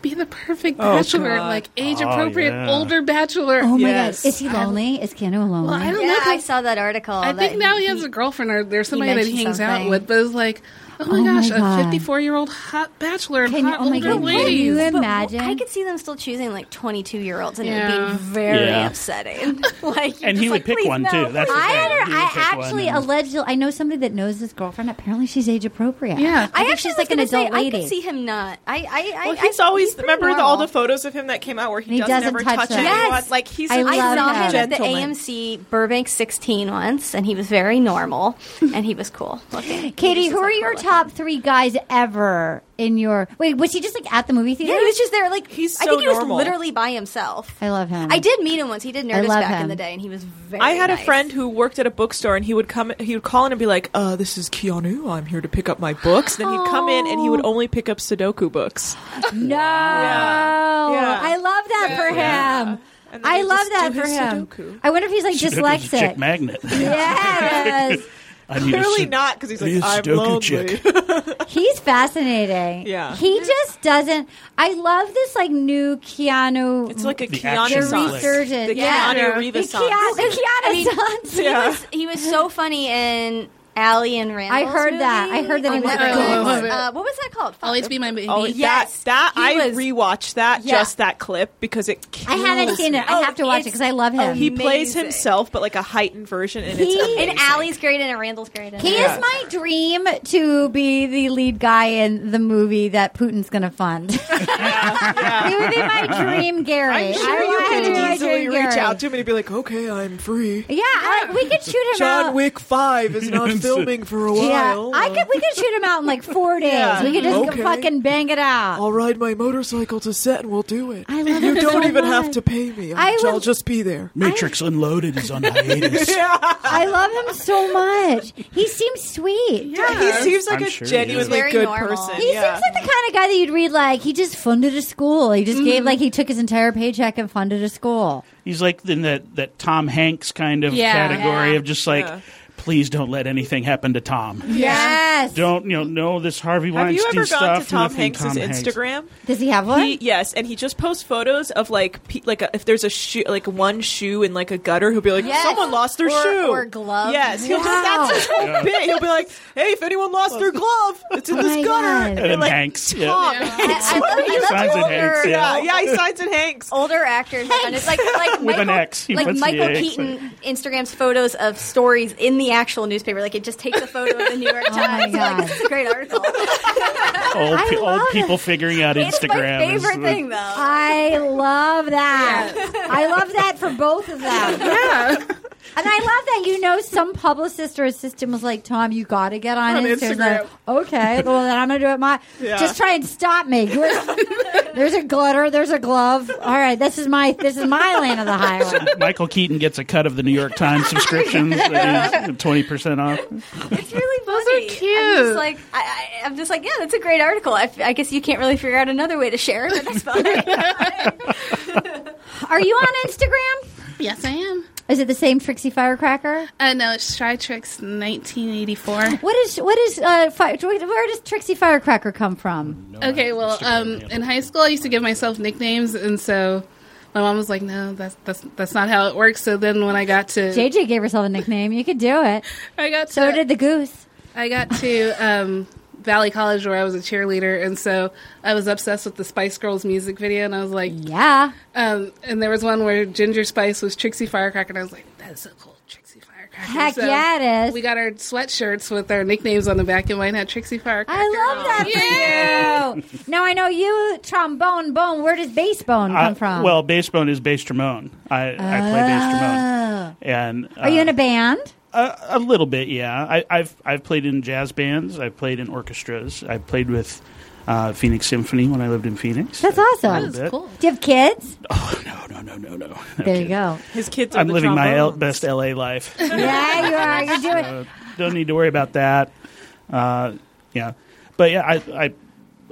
E: be the perfect bachelor,
B: God.
E: like age appropriate,
D: yeah.
E: older bachelor.
A: Oh my
B: Yes.
A: god, is he lonely? Is Keanu
B: Oh,
A: lonely?
E: well, I don't
C: Yeah,
E: know.
C: I
E: like,
C: saw that article.
E: I think
C: that
E: now he has a girlfriend or there's somebody that he
C: mentioned
E: hangs
C: something.
E: out with, but it's like, oh my
A: Oh my
E: gosh,
A: God.
E: a 54 year old hot bachelor and
A: Can you-
E: hot
A: oh my
E: older
A: God, can
E: ladies.
A: you
C: But
A: imagine?
C: I could see them still choosing like 22 year olds, and it would
E: Yeah.
C: be very
D: Yeah.
C: upsetting. like,
D: And he would
C: just like,
D: pick
C: "Please,
D: one,
C: no,
D: too. That's the
A: I,
D: thing.
A: under-
D: He would
A: I
D: pick one
A: actually
D: and-
A: alleged. I know somebody that knows this girlfriend. Apparently, she's age appropriate.
E: Yeah.
A: I,
C: I
A: think
C: actually
A: she's
C: was
A: like an
C: gonna say,
A: adult lady.
C: I could see him not. I, I, I
B: Well, he's
C: I,
B: always
C: pretty
B: remember the, all the
C: normal.
B: photos of him that came out where he,
A: He
B: doesn't,
A: doesn't
B: ever
A: touch
B: touch,
A: them.
B: anyone.
C: Yes.
B: Like he's
A: I
B: a
A: love
C: I saw
A: that.
C: him at the
B: Gentleman.
C: AMC Burbank 16 once, and he was very normal, and he was cool looking.
A: Katie,
C: He
A: who
C: was just,
A: are
C: like,
A: your
C: cool-looking.
A: top three guys ever in your? Wait, was he just like at the movie theater?
C: Yeah, he was just there. Like
B: He's
C: I
B: so
C: think he
B: normal.
C: was literally by himself.
A: I love him.
C: I did meet him once. He did Nerdist
A: love
C: back
A: him.
C: in the day, and he was very.
B: I had a
C: nice.
B: friend who worked at a bookstore, and he would come. He would call in and be like, "Uh, this is Keanu. I'm here to pick up my books." And then he'd come in, and he would only pick up Sudoku books.
A: No,
B: Yeah.
A: I love that for him.
B: And then
A: I
B: he
A: love
B: just
A: that
B: do
A: for
B: his
A: him.
B: Sudoku.
A: I wonder if he's like
D: Sudoku's a chick
A: dyslexic.
D: magnet.
A: Yes,
D: I need a
B: Clearly
D: Sud-
B: not, because he's
D: Be
B: like,
D: a
B: "I'm
D: Sudoku
B: lonely."
D: chick.
A: he's fascinating.
B: Yeah.
A: he just doesn't. I love this like new Keanu.
B: It's like a
D: The
B: Keanu
D: action
A: the
B: song.
D: Renaissance.
A: resurgence.
B: The
A: yeah.
B: Keanu
A: the
B: Reeves song.
A: Keanu, the Keanu Renaissance.
B: Yeah.
C: He was so funny in Allie and
A: I
C: Randall's
A: heard
C: movie.
A: that. I heard that
C: on
E: Oh,
A: in that
C: Netflix.
E: I love it.
C: Uh, what was that called? Fuck.
E: Always be my baby.
B: Oh,
C: Yes.
B: that, that
C: He
B: I
C: was-
B: rewatched that
A: Yeah.
B: just that clip because it.
A: I haven't
B: kills
A: seen
B: me.
A: it. I
C: Oh,
A: have to watch it
C: it's-
A: because I love him.
C: oh,
B: He plays
C: Amazing.
B: himself, but like a heightened version, and
A: He-
B: it's
A: And
B: amazing.
C: And Allie's great and Randall's great. And
A: He
B: Yeah.
A: is my dream to be the lead guy in the movie that Putin's going to fund. He would be my dream Gary.
B: I'm sure
A: I
B: you
A: want him to be
B: can
A: my
B: easily
A: dream
B: reach
A: Gary.
B: out to him and be like, "Okay, I'm free."
A: Yeah, I- we could shoot him out.
B: John Wick Five is not
D: Yes.
B: filming for a while.
A: yeah, I
B: Uh,
A: could. We could shoot him out in like four days.
B: Yeah.
A: We could just
B: Okay. Oh.
A: fucking bang it out.
B: I'll ride my motorcycle to set and we'll do it.
A: I love
B: you
A: it
B: don't
A: so
B: even have
A: much.
B: to pay me.
A: I
B: I'll, I'll
A: will-
B: just be there.
D: Matrix Unloaded is on hiatus.
A: I love him so much. He seems sweet.
B: he seems like
D: I'm
B: a
D: sure he is.
B: genuinely
C: Very
B: good
C: normal.
B: person.
A: He
B: yeah.
A: seems like the kind of guy that you'd read like he just funded a school. He just
B: Mm-hmm.
A: gave like he took his entire paycheck and funded a school.
D: He's like in that, that Tom Hanks kind of
E: Yeah.
D: category
C: Yeah.
D: of just like,
B: Yeah.
D: please don't let anything happen to Tom.
A: Yes.
D: Don't you know? No, this Harvey
B: have
D: Weinstein
B: you ever
D: stuff.
B: gone to Tom
D: nothing
B: Hanks'
D: Tom Hanks.
B: Instagram?
A: Does he have one?
B: He, yes, and he just posts photos of like pe- like a, if there's a shoe like one shoe in like a gutter, he'll be like,
C: Yes.
B: someone lost their
C: Or-
B: shoe
C: or glove.
B: Yes, he'll just,
A: Wow.
B: that's his whole bit. He'll be like, hey, if anyone lost their glove, it's in
A: Oh my God.
B: this gutter.
A: And
D: And
B: you're
D: then
B: like,
D: Hanks. yeah.
B: Tom.
C: I, I love, I love
D: Signs and
C: older,
D: Hanks,
B: Yeah, yeah, he signs in Hanks.
C: older actors. have done it. Like like
D: With
C: Michael,
D: an X, he
C: like
D: puts the
C: Michael
D: X.
C: Keaton Instagrams photos of stories in the actual newspaper. Like it just takes a photo of the New York
A: Oh my
C: Times. Like,
A: God.
C: this is a great article.
D: Old,
A: I
D: pe-
A: love
D: old
A: it.
D: people figuring out
C: it's my
D: Instagram. is
C: favorite
D: the-
C: thing though.
A: I love that. I love that for both of them. Yeah. And I love that you know some publicist or assistant was like, Tom, you got to get on,
E: On
A: Instagram. He's
E: Instagram.
A: Like, okay, well then I'm gonna do it my.
B: Yeah.
A: Just try and stop me. There's a glitter. There's a glove. All right, this is my this is my lane of the highway.
D: Michael Keaton gets a cut of the New York Times subscriptions that he's 20% off.
C: It's really
E: Those
C: funny.
E: are cute.
C: I'm just like I, I, I'm just like yeah, that's a great article. I, f- I guess you can't really figure out another way to share it, but that's fine.
A: Are you on Instagram?
E: Yes, I am.
A: Is it the same Trixie Firecracker?
E: Uh, no, it's Shy Tricks 1984.
A: What is what is uh? Fi- where does Trixie Firecracker come from?
E: Okay, well, um, in high school, I used to give myself nicknames, and so my mom was like, "No, that's that's that's not how it works." So then, when I got to,
A: JJ gave herself a nickname. You could do it.
E: I got to,
A: So did the goose.
E: I got to um, Valley College where I was a cheerleader, and so I was obsessed with the Spice Girls music video, and I was like,
A: Yeah.
E: um, and there was one where Ginger Spice was Trixie Firecracker, and I was like, "That's so cool." Trixie Firecracker."
A: Heck
E: So
A: yeah, it is.
E: We got our sweatshirts with our nicknames on the back, and mine had Trixie Firecracker.
A: I love that for you. Now I know you trombone bone. Where does bass bone come
D: I-
A: from?
D: Uh, Well, bass bone is bass trombone. I, I play bass
A: Oh.
D: trombone. And uh,
A: Are you in a band?
D: a, a little bit? Yeah, I, I've I've played in jazz bands. I've played in orchestras. I played with uh, Phoenix Symphony when I lived in Phoenix.
A: That's
D: A
A: awesome.
D: little bit.
E: cool.
A: Do you have kids?
D: No, no, no, no, no. No
A: There you
D: kidding.
A: go.
B: His kids. Are
D: I'm
B: the
D: living my L-
B: trombones.
D: best LA life.
A: Yeah, you are. You're doing.
D: Uh, don't need to worry about that. Uh, yeah, but yeah, I, I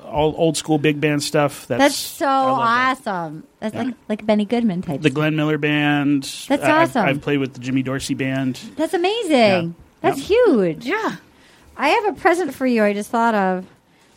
D: all old school big band stuff. That's,
A: That's so
D: I love that.
A: awesome. That's like like Benny Goodman type.
D: The Glenn Miller Band.
A: That's
D: I- I've-
A: awesome.
D: I've, played with the Jimmy Dorsey Band.
A: That's amazing.
D: Yeah.
A: That's huge.
E: Yeah.
A: I have a present for you. I just thought of.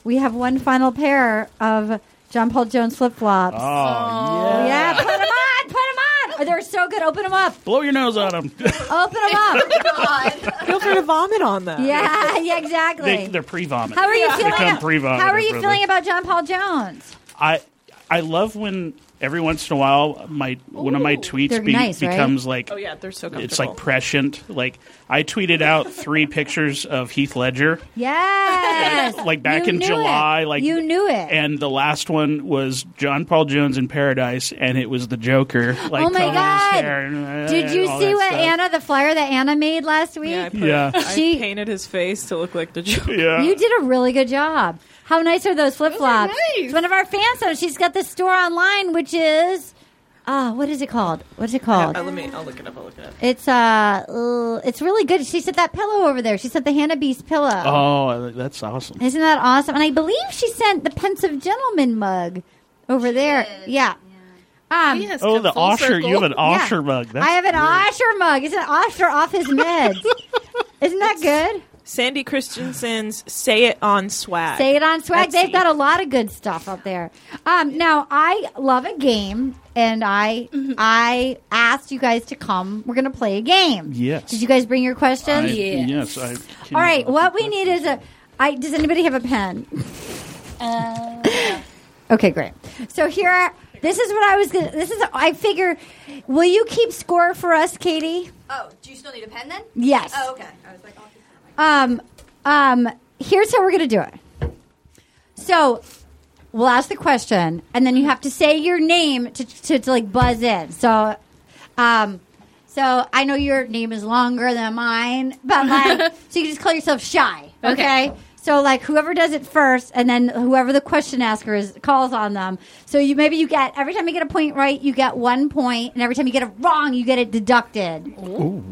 A: We have one final pair of John Paul Jones flip flops.
D: Oh, yeah.
A: Yeah, put them on, put them on. Oh, they're so good. Open them up.
D: Blow your nose on them.
A: Open them up.
B: Feel free to vomit on them.
A: yeah, yeah, exactly.
D: they, they're pre-vomit.
A: how are you feeling?
D: become
A: about-
D: pre-vomit
A: how are you
D: for
A: feeling
D: the-
A: about John Paul Jones?
D: I I love when every once in a while my one of my
A: They're
D: tweets be-
A: nice, right?
D: becomes like
B: Oh yeah, they're so comfortable.
D: it's like prescient. Like I tweeted out three pictures of Heath Ledger
A: Yes.
D: like back
A: You
D: in
A: knew
D: July.
A: it.
D: Like
A: you knew it.
D: And the last one was John Paul Jones in Paradise, and it was the Joker. Like
A: oh my
D: combing his
A: god!
D: hair and, uh,
A: Did you
D: all
A: see
D: that
A: what
D: stuff.
A: Anna, the flyer that Anna made last week?
B: yeah, I, put,
D: Yeah.
B: I
A: She-
B: painted his face to look like the joke.
D: Yeah.
A: You did a really good job. How nice are those flip flops?
E: nice.
A: It's one of our fans, so she's got this store online, which is ah, what is it called? What is it called?
B: Uh, let me. I'll look it up. I'll look it up.
A: It's uh, uh, it's really good. She said that pillow over there. She said the Hannah Beast pillow.
D: Oh, that's awesome.
A: Isn't that awesome? And I believe she sent the pensive gentleman mug over there. Yeah. Um,
E: Yes,
D: Oh,
E: come
D: the
E: full
D: Osher. You have an
E: circle.
D: Osher
A: yeah.
D: mug. That's
A: I have an Osher mug. It's an Osher off his meds. Isn't that good?
B: Sandy Christensen's "Say It on Swag."
A: Say it on swag.
B: Etsy.
A: They've got a lot of good stuff up there. Um, now I love a game, and I I asked you guys to come. We're gonna play a game.
D: Yes.
A: Did you guys bring your
D: I-
A: questions?
D: yes. I, can
A: All right.
D: you-
A: What we need is a. I, does anybody have a pen?
C: Uh.
A: okay, great. So here, are, this is what I was. gonna This is. I figure. Will you keep score for us, Katie?
C: Oh, do you still need a pen then?
A: Yes.
C: Oh, okay. I was like, oh,
A: Um, um, here's how we're going to do it. So we'll ask the question, and then you have to say your name to, to, to like buzz in. So, um, so I know your name is longer than mine, but like, so you can just call yourself shy. Okay.
E: Okay.
A: So like whoever does it first, and then whoever the question asker is calls on them. So you maybe you get every time you get a point right, you get one point, and every time you get it wrong, you get it deducted.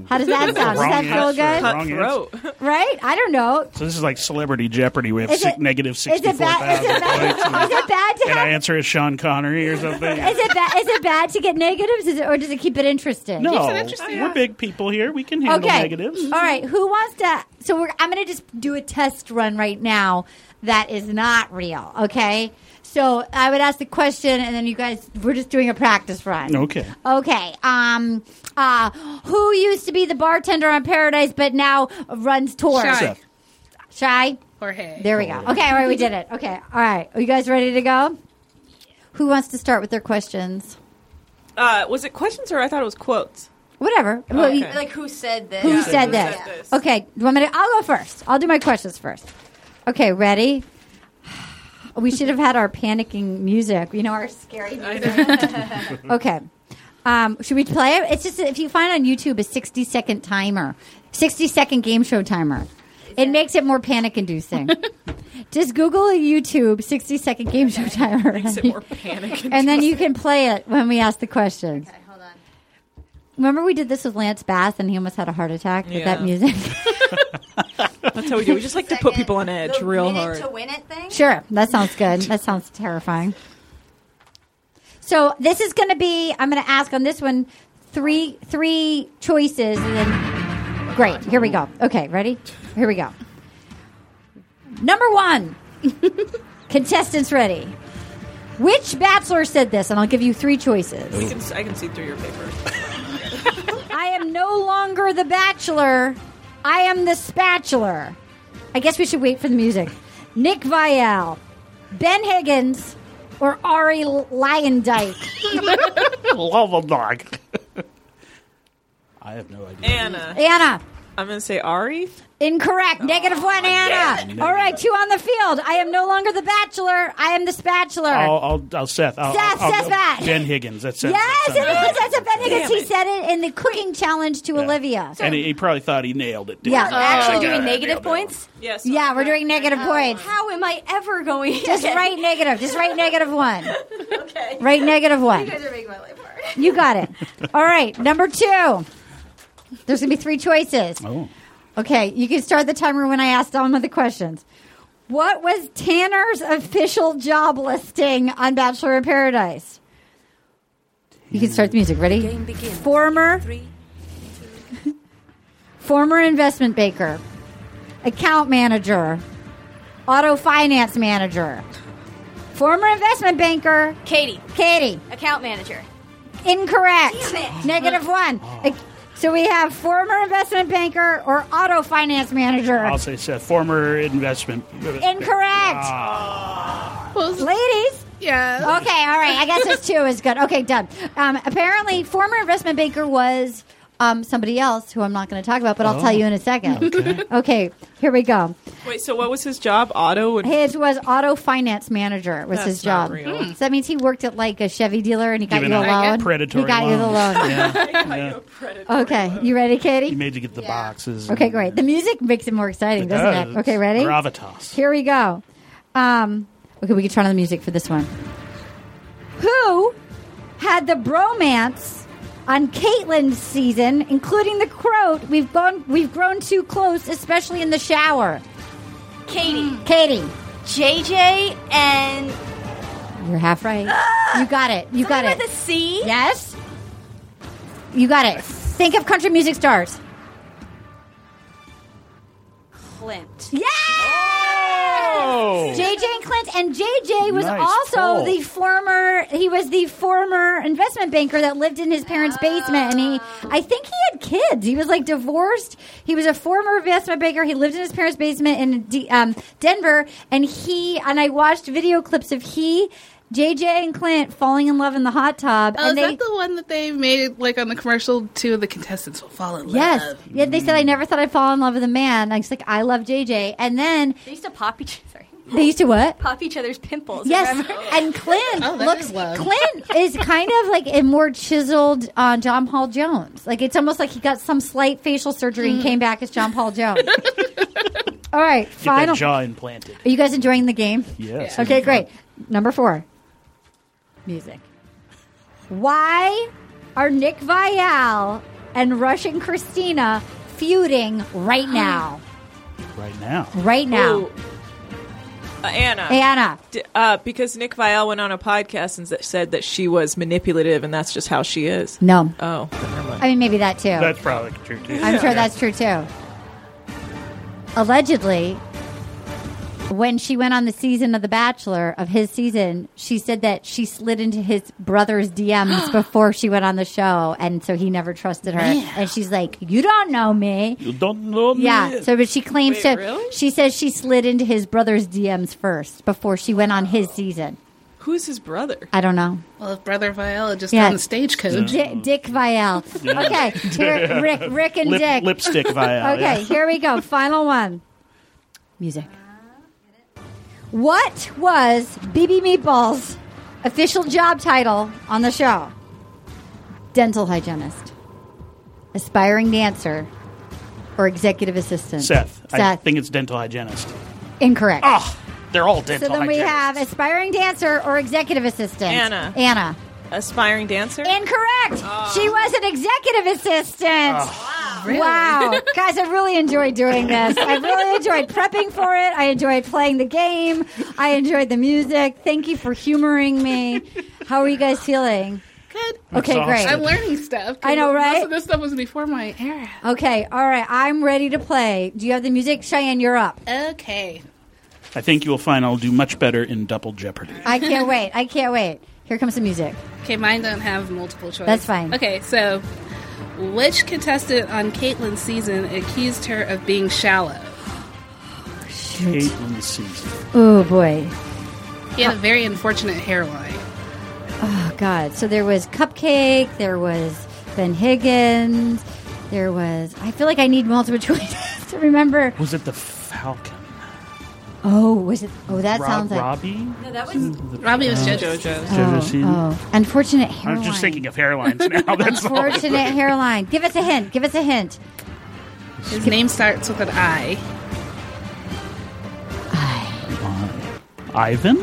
A: How does that sound? Does
D: Wrong
A: that feel
D: answer.
A: good?
D: Wrong answer.
B: Cutthroat.
A: Right? I don't know.
D: So this is like Celebrity Jeopardy. We have
A: Is
D: six,
A: it-
D: negative
A: Is it
D: sixty-four
A: bad? Is it
D: thousand points.
A: bad? Is it bad to
D: And I
A: have?
D: answer as Sean Connery or something.
A: Is it bad? Is it bad to get negatives? Is it, or does it keep it interesting?
D: no,
E: it interesting.
D: we're big people here. We can handle
A: Okay. Mm-hmm.
D: negatives.
A: All right. Who wants to? So we're. I'm going to just do a test run right now. That is not real. Okay. So I would ask the question, and then you guys. We're just doing a practice run.
D: Okay.
A: Okay. Um. Uh. Who used to be the bartender on Paradise, but now runs tours?
E: Shy.
D: Seth.
A: Shy?
E: Jorge.
A: There we go. Okay, all right, we did it. Okay, all right. Are you guys ready to go? Who wants to start with their questions?
B: Uh, was it questions or I thought it was quotes?
A: Whatever. Well, you-
C: Like, who said this?
A: Who
C: Yeah.
A: said that?
B: said this?
A: Okay, do you want me to? I'll go first. I'll do my questions first. Okay, ready? We should have had our panicking music. You know, our scary music.
B: Mm-hmm.
A: okay. Um, should we play it? It's just if you find on YouTube a 60 second timer, 60 second game show timer. It makes it more panic inducing. just Google a YouTube 60 second game show timer.
B: Makes it more panic.
A: and then you can play it when we ask the questions.
C: Okay, hold on.
A: Remember, we did this with Lance Bass, and he almost had a heart attack with that
B: Yeah.
A: music.
B: That's how we do. We just like to put
C: Second,
B: people on edge
C: the
B: real
C: minute
B: hard.
C: to win it thing?
A: sure, that sounds good. That sounds terrifying. So this is going to be. I'm going to ask on this one three three choices, and then great. Here we go. Okay, ready? Here we go. Number one, contestants ready. Which bachelor said this? And I'll give you three choices.
B: We can, s- I can see through your paper.
A: I am no longer the bachelor. I am the spatula. I guess we should wait for the music. Nick Vial, Ben Higgins, or Ari L- Lyondike.
D: Love a dog. I have no idea.
B: Anna.
A: Anna.
B: I'm going to say Ari.
A: Incorrect. Negative one, Anna. All right, two on the field. I am no longer the bachelor. I am the spatula.
D: I'll, I'll, I'll Seth. I'll,
A: Seth
D: I'll, I'll,
A: says that.
D: Ben Higgins. That's Seth.
A: yes, it
D: That's not-
A: is. That's a Ben Higgins.
B: Damn
A: He
B: it.
A: said it in the cooking challenge to
D: Yeah.
A: Olivia.
D: And he, he probably thought he nailed it. didn't
A: Yeah.
D: he?
A: Oh.
C: Actually,
D: Yeah,
C: doing
D: I
C: negative
D: nailed that one.
C: points?
B: Yes.
A: Yeah, we're doing negative points.
C: How am I ever going to
A: Just write negative. Just write negative one.
C: Okay.
A: Write negative one.
C: You guys are making my life hard.
A: You got it. All right, number two. There's gonna be three choices.
D: Oh.
A: Okay, you can start the timer when I asked all of the questions. What was Tanner's official job listing on Bachelor in Paradise? You can start the music. Ready? Former, former investment banker, account manager, auto finance manager, Former investment banker,
C: Katie,
A: Katie.
C: account manager.
A: Incorrect.
C: Damn it.
A: Negative one.
D: Oh.
A: So we have former investment banker or auto finance manager.
D: I'll say Seth, former investment. uh,
A: Incorrect.
D: Ah.
E: Well,
A: Ladies.
E: yeah.
A: Okay, all right. I guess this two is good. Okay, done. Um, apparently, former investment banker was um, somebody else who I'm not going to talk about, but I'll tell
D: Oh.
A: you in a second. Okay. here we go.
B: Wait, so what was his job? Auto and
A: His was auto finance manager was
B: That's
A: his
B: not
A: job.
B: real.
A: So that means he worked at like a Chevy dealer and he got
D: Giving
A: you a
D: out
A: loan.
D: predatory
A: He got you the
D: loans.
A: loan. Okay, you ready,
D: You
A: Katie?
D: made to get the boxes.
A: Okay, great. The music makes it more exciting, doesn't it? Okay, ready?
D: Gravitas.
A: Here we go. Um, okay, we can turn on the music for this one. Who had the bromance on Caitlyn's season, including the croat? We've gone, we've grown too close, especially in the shower.
C: Katie,
A: Katie,
C: JJ, and
A: you're half right. You got it. You got
C: Something
A: it.
C: with a C.
A: Yes, you got it. Think of country music stars.
C: Clint.
A: Yeah.
D: Oh!
A: JJ and Clint, and JJ was
D: Nice
A: also
D: call.
A: the former. He was the former investment banker that lived in his parents' basement, and he, I think he had kids. He was like divorced. He was a former investment banker. He lived in his parents' basement in D, um, Denver, and he and I watched video clips of he, JJ, and Clint falling in love in the hot tub,
E: Oh, is
A: and they.
E: that the one that they made like on the commercial? Two of the contestants will fall in love.
A: Yes. Yeah, they said I never thought I'd fall in love with a man. I was like, I love JJ, and then
C: They used to pop each sorry,
A: they used to what?
C: pop each other's pimples.
A: Yes,
C: remember?
A: and Clint
E: Oh, that
A: looks.
E: is love.
A: Clint is kind of like a more chiseled uh, John Paul Jones. Like it's almost like he got some slight facial surgery and came back as John Paul Jones. All right,
D: Get
A: final.
D: that jaw implanted.
A: Are you guys enjoying the game?
D: Yes.
A: Okay, great. Number four, music. Why are Nick Vial and Russian Christina feuding right now?
D: Right now.
A: Right now,
B: Ooh. Oh. Uh, Anna.
A: Hey, Anna.
B: D- uh, because Nick Vial went on a podcast and s- said that she was manipulative, and that's just how she is.
A: No,
B: Oh, then never mind.
A: I mean maybe that too.
D: That's probably true too.
A: I'm sure that's true too. Allegedly, when she went on the season of The Bachelor of his season, she said that she slid into his brother's DMs before she went on the show, and so he never trusted her. And she's like, "You don't know me."
D: You don't know me.
A: Yeah. So, but she claims
B: Wait,
A: to.
B: really?
A: She says she slid into his brother's DMs first before she went on his season.
B: Who's his brother?
A: I don't know.
E: Well, if Brother Viola just
A: Yeah.
E: on the stagecoach.
A: Di- Dick Vial. Okay. Here- Rick, Rick, and
D: Lip,
A: Dick.
D: lipstick vial.
A: Okay,
D: Oh, yeah.
A: here we go. Final one. Music. What was BB Meatball's official job title on the show? Dental hygienist, aspiring dancer, or executive assistant?
D: Seth. I
A: Seth.
D: think it's dental hygienist.
A: Incorrect.
D: Ah, they're all dental
A: so then we
D: hygienists.
A: have aspiring dancer or executive assistant.
B: Anna.
A: Anna.
B: Aspiring dancer?
A: Incorrect. She was an executive assistant. Wow. Guys, I really enjoyed doing this. I really enjoyed prepping for it. I enjoyed playing the game. I enjoyed the music. Thank you for humoring me. How are you guys feeling?
E: Good.
A: Okay,
E: I'm
A: great.
E: learning stuff. 'cause
A: I know, right?
E: Most of this stuff was before my era.
A: Okay, all right. I'm ready to play. Do you have the music? Cheyenne, you're up.
E: Okay.
D: I think you will find I'll do much better in double jeopardy.
A: I can't wait. I can't wait. Here comes the music.
E: Okay, mine don't have multiple choice.
A: That's fine.
E: Okay, so which contestant on Caitlyn's season accused her of being shallow?
A: Shoot.
D: Caitlin season.
A: Oh, boy.
E: He had a very unfortunate hairline.
A: Oh, God. So there was Cupcake, there was Ben Higgins, there was. I feel like I need multiple choices to remember.
D: Was it the Falcon?
A: Oh, was it? Oh, that sounds like.
D: Robbie?
C: no, that was
E: Robbie was just
B: JoJo's.
D: Did I see?
A: Oh, unfortunate hairline.
D: I'm just thinking of hairlines now. That's all.
A: Unfortunate hairline. Give us a hint. Give us a hint.
E: his name starts with an I.
D: Ivan?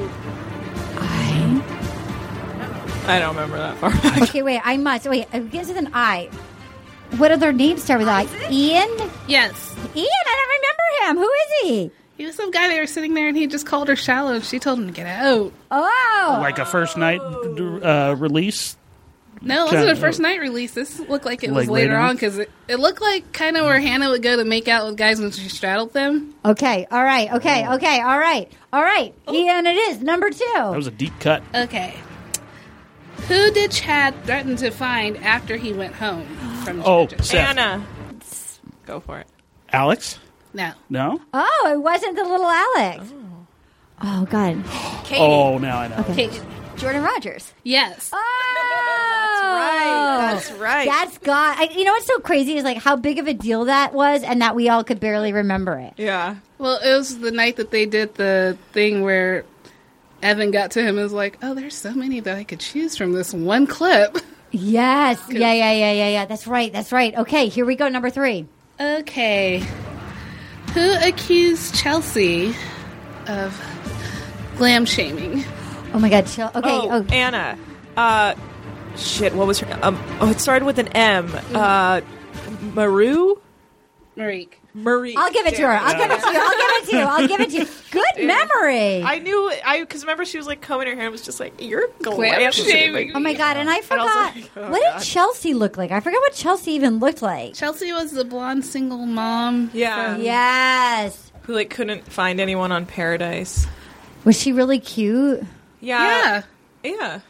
B: I don't remember that far. back.
A: Okay, wait. I must wait. It begins with an I. What other names start with I? Ian.
E: Yes.
A: Ian. I don't remember him. Who is he?
E: He was some guy they were sitting there and he just called her shallow and she told him to get out.
A: Oh,
D: Like a first night uh, release
E: No, it wasn't a
D: Kinda-
E: first night release. This looked like it was
D: Like
E: later,
D: later
E: on
D: on?
E: 'cause on because it, it looked like kind of where Hannah would go to make out with guys when she straddled them.
A: Okay. All right. Okay. Okay. All right. All right. Ian, it is number
D: Oh. That
A: two.
D: was a deep cut.
E: Okay. Who did Chad threaten to find after he went home from
D: Oh,
E: Georgia?
D: Seth.
B: Anna. Go for it.
D: Alex?
E: No.
D: No?
A: Oh, it wasn't the little Alex. Oh, God.
C: Katie.
D: Oh, now I know.
E: Okay.
C: Jordan Rogers.
E: Yes.
A: Oh,
C: That's right.
A: That's God. I, you know what's so crazy is like how big of a deal that was, and that we all could barely remember it.
B: Yeah.
E: Well, it was the night that they did the thing where Evan got to him and was like, "Oh, there's so many that I could choose from this one clip."
A: Yes. Yeah. Yeah. Yeah. Yeah. Yeah. That's right. That's right. Okay. Here we go. Number three.
E: Okay. Who accused Chelsea of glam shaming?
A: Oh my God. Chill. Okay.
B: Oh,
A: Oh.
B: Anna. Uh, shit. What was her? Um, oh, it started with an M. Uh, Maru.
E: Marique.
B: Marie.
A: I'll give it to her. I'll give it to you. I'll give it to you. I'll give it to you. Good memory.
B: I knew. I because remember she was like combing her hair and was just like, "You're
E: Glam
B: glam
E: shaming.
B: shaming."
A: Oh my god! And I
B: also-
A: forgot
B: oh
A: what did
B: God.
A: Chelsea look like? I forgot what Chelsea even looked like.
E: Chelsea was the blonde single mom.
B: Yeah.
A: Yes,
B: Who like couldn't find anyone on Paradise.
A: was she really cute?
B: Yeah.
E: Yeah.
B: Yeah. Yeah.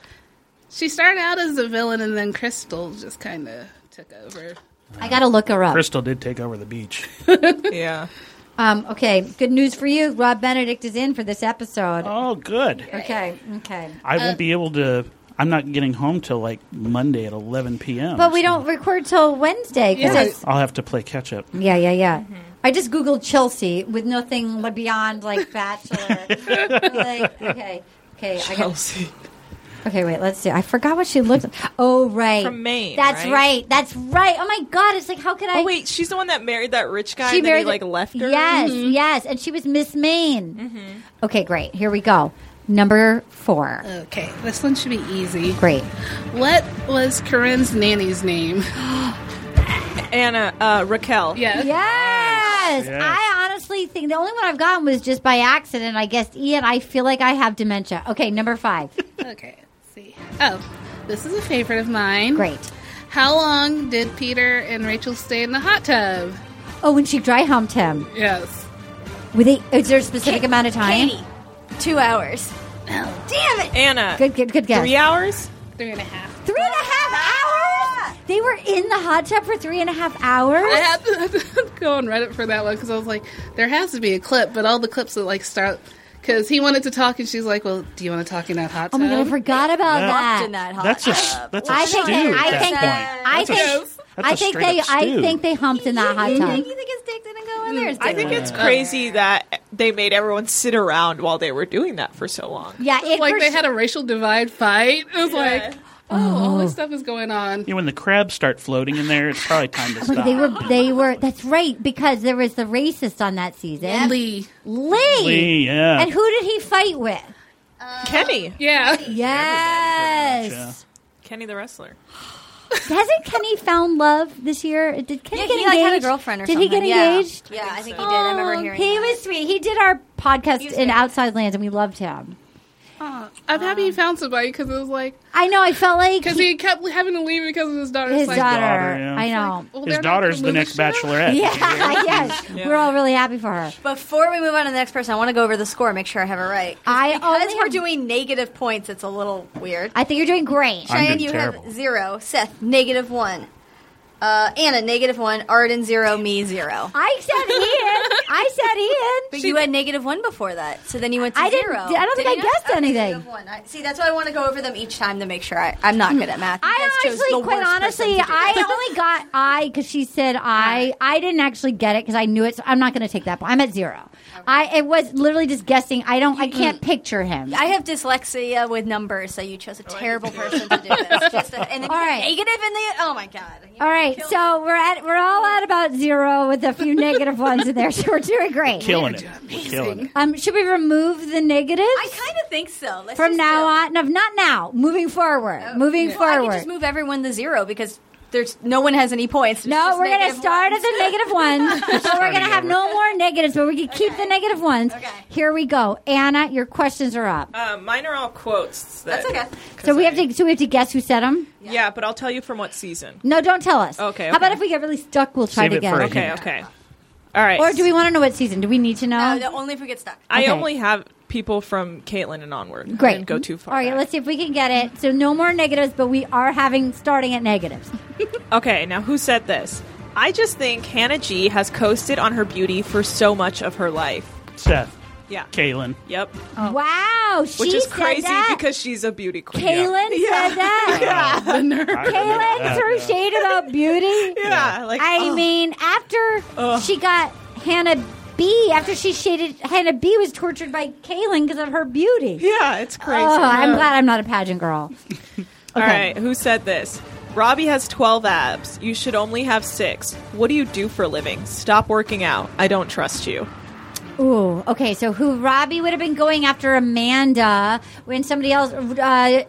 E: She started out as a villain and then Crystal just kind of took over.
A: I gotta look her up.
D: Crystal did take over the beach.
A: Um, okay, good news for you. Rob Benedict is in for this episode.
D: Oh, good.
A: Okay, okay.
D: I won't be able to. I'm not getting home till like Monday at 11 p.m.
A: But we don't record till Wednesday. 'cause
E: Yeah.
A: it's-
D: I'll have to play catch up.
A: yeah, yeah, yeah.
B: Mm-hmm.
A: I just googled Chelsea with nothing li- beyond like Bachelor. like, okay, okay. I got,
B: Chelsea.
A: okay, wait. Let's see. I forgot what she looked. like. Oh, right.
B: From Maine,
A: That's
B: right?
A: right. That's right. Oh my God! It's like how could I?
B: Oh wait, she's the one that married that rich guy.
A: she
B: and then
A: married
B: he, like left her. Mm-hmm.
A: Yes, yes, and she was Miss Maine. Okay, great. Here we go. Number four.
E: Okay, this one should be easy.
A: Great.
E: What was Corinne's nanny's name?
B: Anna. Uh, Raquel.
E: Yeah.
A: Yes,
D: Yes.
A: I honestly think the only one I've gotten was just by accident. I guess Ian. I feel like I have dementia. Okay, number five.
E: Okay, let's see. Oh, this is a favorite of mine.
A: Great.
E: How long did Peter and Rachel stay in the hot tub?
A: Oh, when she dry humped him.
E: Yes.
A: Were they, is there a specific amount of time?
C: Katie. Two hours.
A: Damn it!
B: Anna.
A: Good, good, good guess.
B: Three hours.
E: Three and a half.
A: Three and a half hours. They were in the hot tub for three and a half hours.
E: I had to, I had to go on Reddit for that one because I was like, there has to be a clip, but all the clips that like start because he wanted to talk and she's like, well, do you want to talk in that hot
A: oh
E: tub?
A: my god, I forgot about
D: Yeah.
A: that.
C: Did not hot
D: That's a s-
C: tub.
D: that's a
A: Uh, I
D: stew
A: think they,
D: at
A: I
D: that
A: think
D: point.
A: I
D: That's a-
A: think
D: that's
A: I
D: a
A: think
D: straight
A: they
D: up
A: I
D: stew.
A: think they humped in that hot tub.
C: You think his dick didn't go in there? His
B: I
C: dick
B: think
C: went
B: it's crazy that they made everyone sit around while they were doing that for so long.
A: Yeah, it
E: Like
A: for
E: they
A: sure-
E: had a racial divide fight. It was
B: Yeah.
E: like, oh, all this stuff is going on.
D: You know, when the crabs start floating in there, it's probably time to
A: Look,
D: stop.
A: they were they were that's right because there was the racist on that season.
E: Lee.
A: Lee.
D: Lee, yeah.
A: And who did he fight with?
B: Kenny.
E: Yeah.
A: Yes.
B: Kenny the wrestler.
A: Hasn't Kenny found love this year? Did Kenny
C: Yeah,
A: get
C: he
A: engaged?
C: like had a girlfriend or
A: did
C: something.
A: he get
C: yeah.
A: engaged?
C: Yeah, I think he
A: Oh,
C: did. I remember hearing.
A: he
C: that.
A: was sweet. He did our podcast
C: was
A: in
C: good.
A: Outside Lands, and we loved him.
E: Aw, I'm happy he found somebody because it was like
A: I know. I felt like
E: because he kept having to leave because of his daughter's
A: his
E: like,
A: daughter.
D: Daughter, yeah.
A: I know.
E: well,
D: His
E: they're not
D: daughter's
E: gonna
D: the
E: move
D: next
E: this shit up.
D: bachelorette.
A: Yeah, yes. We're all really happy for her.
C: Before we move on to the next person, I want to go over the score, make sure I have it right. 'Cause
A: I
C: because
A: only
C: we're
A: have-
C: doing negative points, it's a little weird.
A: I think you're doing great.
D: I'm
C: Cheyenne,
D: doing
C: you
D: terrible.
C: have zero. Seth, negative one. Uh, Anna, negative one. Arden, zero. Me, zero.
A: I said Ian. I said
C: But
A: Ian.
C: you had negative one before that, so then you went to
A: I didn't-
C: zero.
A: I don't think
C: Did
A: I
C: you not?
A: guessed
C: Okay,
A: anything.
C: negative one. I- see, that's why I want to go over them each time to make sure I, I'm not good at math. You
A: I
C: guys chose the
A: actually, quite
C: worst person
A: honestly,
C: to do that.
A: I only got I because she said I. I didn't actually get it because I knew it. So I'm not going to take that. point. I'm at zero. I it was literally just guessing. I don't. I can't picture him.
C: I have dyslexia with numbers, so you chose a terrible person to Oh, do this. Just a, and then
A: All
C: you put
A: right.
C: negative in the oh my god!
A: all right,
C: Kill me.
A: so we're at we're all at about zero with a few negative ones in there. So we're doing great.
D: killing it. We're killing it.
A: Um, should we remove the negatives
C: I kind of think so. Let's
A: from
C: just
A: now
C: do it.
A: on? No, not now. Moving forward. moving
C: Well, I
A: forward.
C: can just move everyone to zero because there's no one has any points. It's
A: No,
C: just
A: we're going to
C: negative
A: start at
C: ones.
A: the negative one. so we're going to have
G: over.
A: no more negatives, but we can keep the negative ones.
C: Okay.
A: Here we go. Anna, your questions are up.
B: Uh, mine are all quotes. That,
C: That's okay.
A: so we have to so we have to guess who said them?
B: Yeah. but I'll tell you from what season.
A: No, don't tell us.
B: Okay,
A: How about
B: okay.
A: if we get really stuck, we'll try
G: Save
A: to
G: it
A: guess.
G: for a
B: Okay,
G: Yeah.
B: okay. All right.
A: Or do we want to know what season? Do we need to know?
B: Uh,
C: No, the- Uh, only if we get stuck.
B: I
A: okay.
B: only have people from Caitlin and onward. I
A: Great.
B: didn't go too far.
A: All right,
B: back.
A: let's see if we can get it. So no more negatives, but we are having starting at negatives.
B: Okay, now who said this? I just think Hannah G has coasted on her beauty for so much of her life.
D: Seth,
B: Yeah.
D: Caitlin.
B: Yep.
A: Wow, she
B: Oh. Which is
A: said
B: crazy
A: that.
B: because she's a beauty queen.
A: Kaylin said that.
E: The nerve.
A: Kaylin through shade about beauty.
B: Yeah, like
A: I
B: oh.
A: mean, after
B: Ugh.
A: she got Hannah B, after she shaded Hannah B was tortured by Kaylin because of her beauty.
B: Yeah, it's crazy.
A: Oh, I'm glad I'm not a pageant girl.
B: All right, who said this? Robbie has 12 abs. You should only have 6. What do you do for a living? Stop working out. I don't trust you.
A: Ooh, okay. So who Robbie would have been going after Amanda when somebody else? Uh,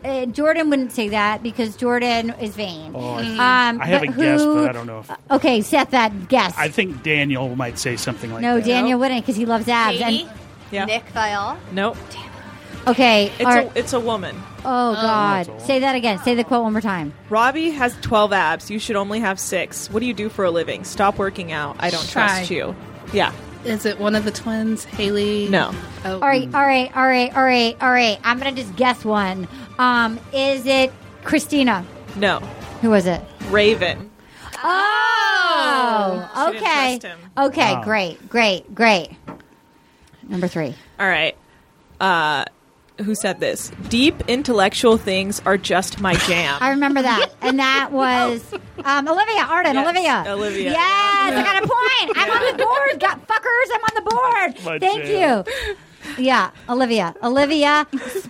A: uh, Jordan wouldn't say that because Jordan is vain. um,
D: Oh. I have a
A: but
D: guess,
A: who-
D: but I don't know if.
A: Okay, Seth, that guess.
D: I think Daniel might say something like
A: no,
D: that.
A: Daniel wouldn't because he loves abs.
C: Katie,
B: Yeah.
C: Nick Vial.
B: Nope.
A: okay,
B: It's
A: all
B: a
A: right.
B: it's a woman.
A: oh God,
D: a-
A: say that again. Say the quote one more time.
B: Robbie has 12 abs. You should only have 6. What do you do for a living? Stop working out. I don't
E: Try.
B: trust you. Yeah.
E: Is it one of the twins, Haley?
B: No.
E: Oh,
A: All
D: Hmm.
A: right, all right, all right, all right, all right. I'm gonna just guess one. Um, is it Christina?
B: No.
A: Who was it?
B: Raven.
A: Oh,
B: She didn't
A: okay,
B: trust him.
A: okay,
D: Wow.
A: great, great, great. Number three.
B: All right. Uh who said this? Deep intellectual things are just my jam.
A: I remember that, and that was um, Olivia Arden.
B: Yes,
A: Olivia,
B: Olivia.
A: Yes, I got a point. I'm on the board, got fuckers. I'm on the board.
D: My
A: Thank
D: jam.
A: you. Yeah, Olivia, Olivia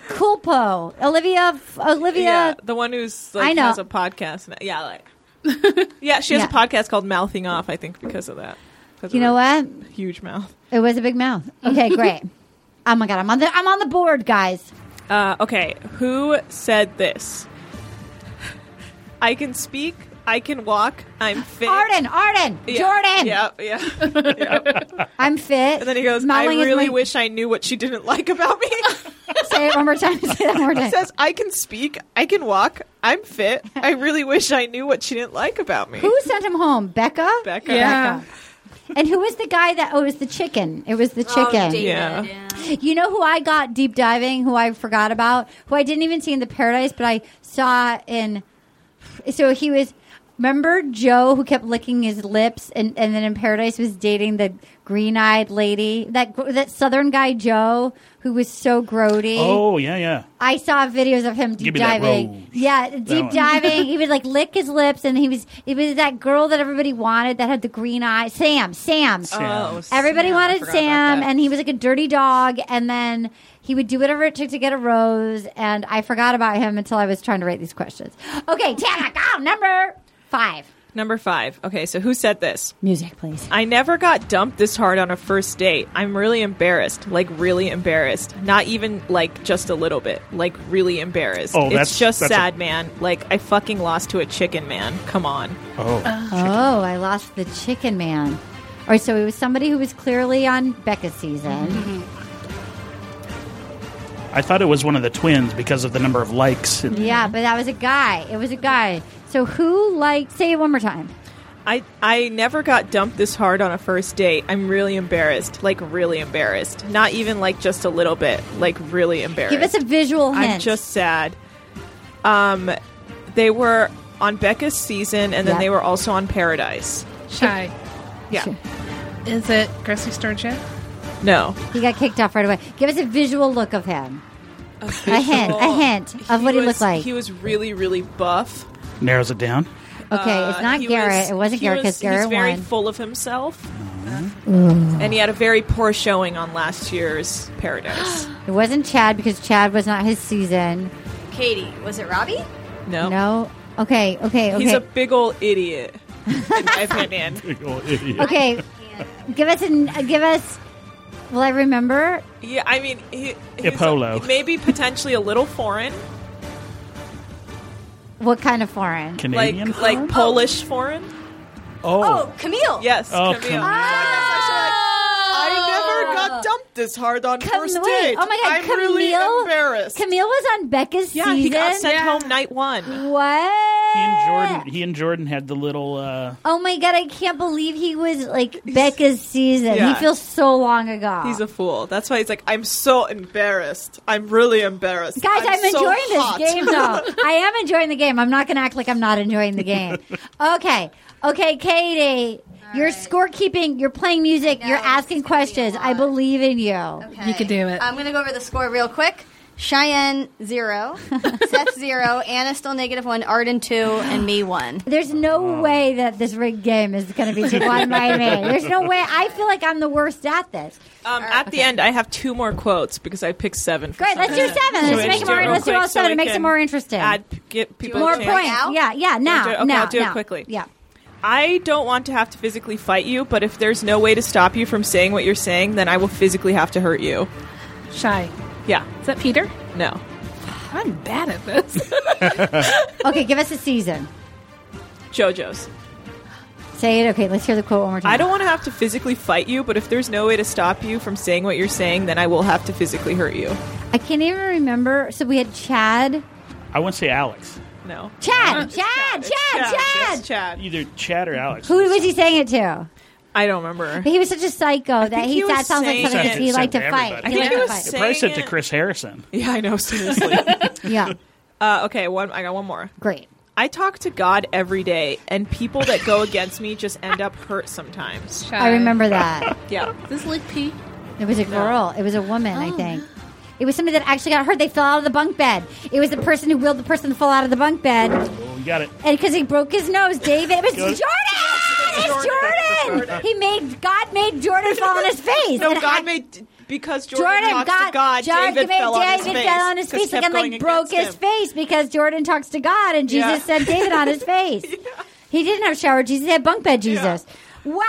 A: Culpo, Olivia, Olivia.
B: yeah, the one who's like
A: I know.
B: has a podcast. now. Yeah, like yeah, she has
A: Yeah.
B: a podcast called Mouthing Off. I think because of that. 'Cause
A: You
B: of
A: know
B: her
A: what?
B: Huge mouth.
A: It was a big mouth. Okay, great. oh my god, I'm on the I'm on the board, guys.
B: Uh, okay, who said this? I can speak. I can walk. I'm fit.
A: Arden, Arden,
B: Yeah,
A: Jordan.
B: Yeah, yeah.
A: I'm fit.
B: And then he goes,
A: Modeling
B: I
A: is
B: really
A: my-
B: wish I knew what she didn't like about me.
A: Say it one more time. Say that one more
B: he
A: time.
B: says, I can speak. I can walk. I'm fit. I really wish I knew what she didn't like about me.
A: Who sent him home? Becca.
B: Becca.
E: Yeah.
A: And who was the guy that? Oh, it was the chicken. It was the
B: Oh,
C: Oh,
A: chicken.
B: Yeah.
A: You know who I got deep diving, who I forgot about, who I didn't even see in the paradise, but I saw in. So he was. Remember Joe who kept licking his lips, and, and then in paradise was dating the green eyed lady that gr- that southern guy Joe who was so grody.
D: Oh, yeah, yeah.
A: I saw videos of him deep
D: Give me that
A: diving.
D: rose.
A: Yeah, deep
D: one.
A: diving. he would like lick his lips, and he was it was that girl that everybody wanted that had the green eye. Sam, Sam.
B: Oh, Sam.
A: Everybody
B: I
A: wanted
B: forgot about
A: Sam,
B: that.
A: and he was like a dirty dog. And then he would do whatever it took to get a rose. And I forgot about him until I was trying to write these questions. Okay, Tana, go number five.
B: Number five. Okay, so who said this?
A: Music, please.
B: I never got dumped this hard on a first date. I'm really embarrassed. Like, really embarrassed. Not even, like, just a little bit. Like, really embarrassed.
D: Oh,
B: it's
D: that's-
B: just
D: that's a-
B: sad, man. Like, I fucking lost to a chicken man. Come on.
D: Oh,
A: Oh, I lost the chicken man. All right, so it was somebody who was clearly on Becca's season.
D: I thought it was one of the twins because of the number of likes. And
A: Yeah, but that was a guy. It was a guy. So who liked? Say it one more time.
B: I, I never got dumped this hard on a first date. I'm really embarrassed. Like, really embarrassed. Not even, like, just a little bit. Like, really embarrassed.
A: Give us a visual hint.
B: I'm just sad. Um, They were on Becca's season, and then
A: Yeah.
B: they were also on Paradise.
E: Shy.
B: Yeah.
E: Is it grocery store Joe?
B: No.
A: he got kicked off right away. Give us a visual look of him. A hint. A hint of what he
B: was,
A: looked like.
B: Oh. He was really, really buff.
D: narrows it down.
A: okay,
B: Uh,
A: it's not
B: he
A: Garrett.
B: was-
A: it wasn't
B: he
A: Garrett because
B: was-
A: Garrett
B: he's very
A: won. Mm.
B: full of himself, and he had a very poor showing on last year's Paradise.
A: it wasn't Chad because Chad was not his season.
C: Katie, was it Robbie?
B: No,
A: No. Okay. Okay. Okay.
B: he's a big old idiot. in my opinion.
A: okay. give us an. uh, give us. Will I remember?
B: Yeah, I mean, he, he's
D: Ipolo.
B: maybe potentially a little foreign.
A: What kind of foreign?
B: like
D: Canadian?
B: like Polish foreign.
C: Oh, Camille. Ah.
B: Yes.
D: Oh,
B: Camille.
D: Camille.
B: I never got dumped this hard on
A: Cam-
B: first
A: wait,
B: date.
A: Oh my god,
B: I'm
A: Camille!
B: really embarrassed.
A: Camille was on Becca's
B: yeah,
A: season.
B: he got sent
E: Yeah.
B: home night one.
A: what?
D: he and Jordan. He and Jordan had the little. Uh,
A: Oh my god, I can't believe he was like Becca's season.
B: Yeah.
A: He feels so long ago.
B: He's a fool. That's why he's like, I'm so embarrassed. I'm really embarrassed.
A: Guys, I'm,
B: so
A: enjoying
B: hot."
A: this game though. I am enjoying the game. I'm not going to act like I'm not enjoying the game. Okay. Okay, Katie. you're scorekeeping, you're playing music,
C: No,
A: you're
C: this is
A: asking
C: gonna be
A: questions.
C: a
A: I
C: lot.
A: believe in you.
C: Okay.
E: You could do it.
C: I'm going to go over the score real quick. Cheyenne zero, Seth zero, Anna still negative one, Arden two, and me one.
A: There's no way that this rigged game is going to be won by me. There's no way. I feel like I'm the worst at this.
B: Um, at the end, I have two more quotes because I picked seven. For
A: Great, let's do
B: some reason.
A: seven. Let's
B: we
A: make
B: just
A: it
B: do
A: more.
B: it real
A: Let's do
B: quick
A: all
B: so
A: seven
B: we
A: to make it
B: can
A: more interesting.
B: Add, get people
C: want
A: more
B: a
C: to
A: points.
B: chance.
C: right now?
A: Yeah, yeah. Now,
B: do it- okay,
A: now,
B: I'll do it
A: now.
B: quickly.
A: Yeah.
B: I don't want to have to physically fight you, but if there's no way to stop you from saying what you're saying, then I will physically have to hurt you.
E: Shy.
B: Yeah.
E: Is that Peter?
B: No.
E: I'm bad at this.
A: Okay, give us a season.
B: JoJo's.
A: Say it. Okay, let's hear the quote one more time.
B: I don't want to have to physically fight you, but if there's no way to stop you from saying what you're saying, then I will have to physically hurt you.
A: I can't even remember. So we had Chad.
D: I wouldn't say Alex.
B: No.
A: Chad, Chad, Chad,
B: It's
A: Chad.
B: It's Chad.
D: Either Chad or Alex.
A: Who was he saying it to?
B: I don't remember.
A: But he was such a psycho that
B: think
A: he,
B: he
A: that
B: was
A: sounds like
B: saying
A: something that
D: it.
A: he
D: Said
A: liked
D: to
A: to
D: everybody.
A: fight.
D: I
A: He
B: think
A: liked
B: he
A: to
B: was
A: fight.
B: saying-
D: Probably said to
B: Dang it.
D: Chris Harrison.
B: Yeah, I know. Seriously.
A: Yeah,
B: uh, okay, one. I got one more.
A: great.
B: I talk to God every day, and people that go against me just end up hurt sometimes.
E: Shy.
A: I remember that.
B: Yeah.
E: Is this Lick P?
A: It was a girl. It was a woman,
B: Oh,
A: I think. It was somebody that actually got hurt. They fell out of the bunk bed. It was the person who willed the person to fall out of the bunk bed, and
D: Oh, we got it.
A: because he broke his nose, David. It was
D: Good.
A: Jordan. It's Jordan. He made God made Jordan fall on his face.
B: No,
A: And
B: God
A: act-
B: made because Jordan,
A: Jordan
B: talks
A: got
B: to God.
A: Jordan
B: David
A: made
B: fell on his
A: David
B: face.
A: fell on his
B: 'cause
A: face
B: kept
A: and
B: going
A: like broke
B: against
A: his
B: him.
A: face because Jordan talks to God and Jesus
B: Yeah.
A: sent David on his face. He didn't have shower Jesus; he had bunk bed Jesus. Wow!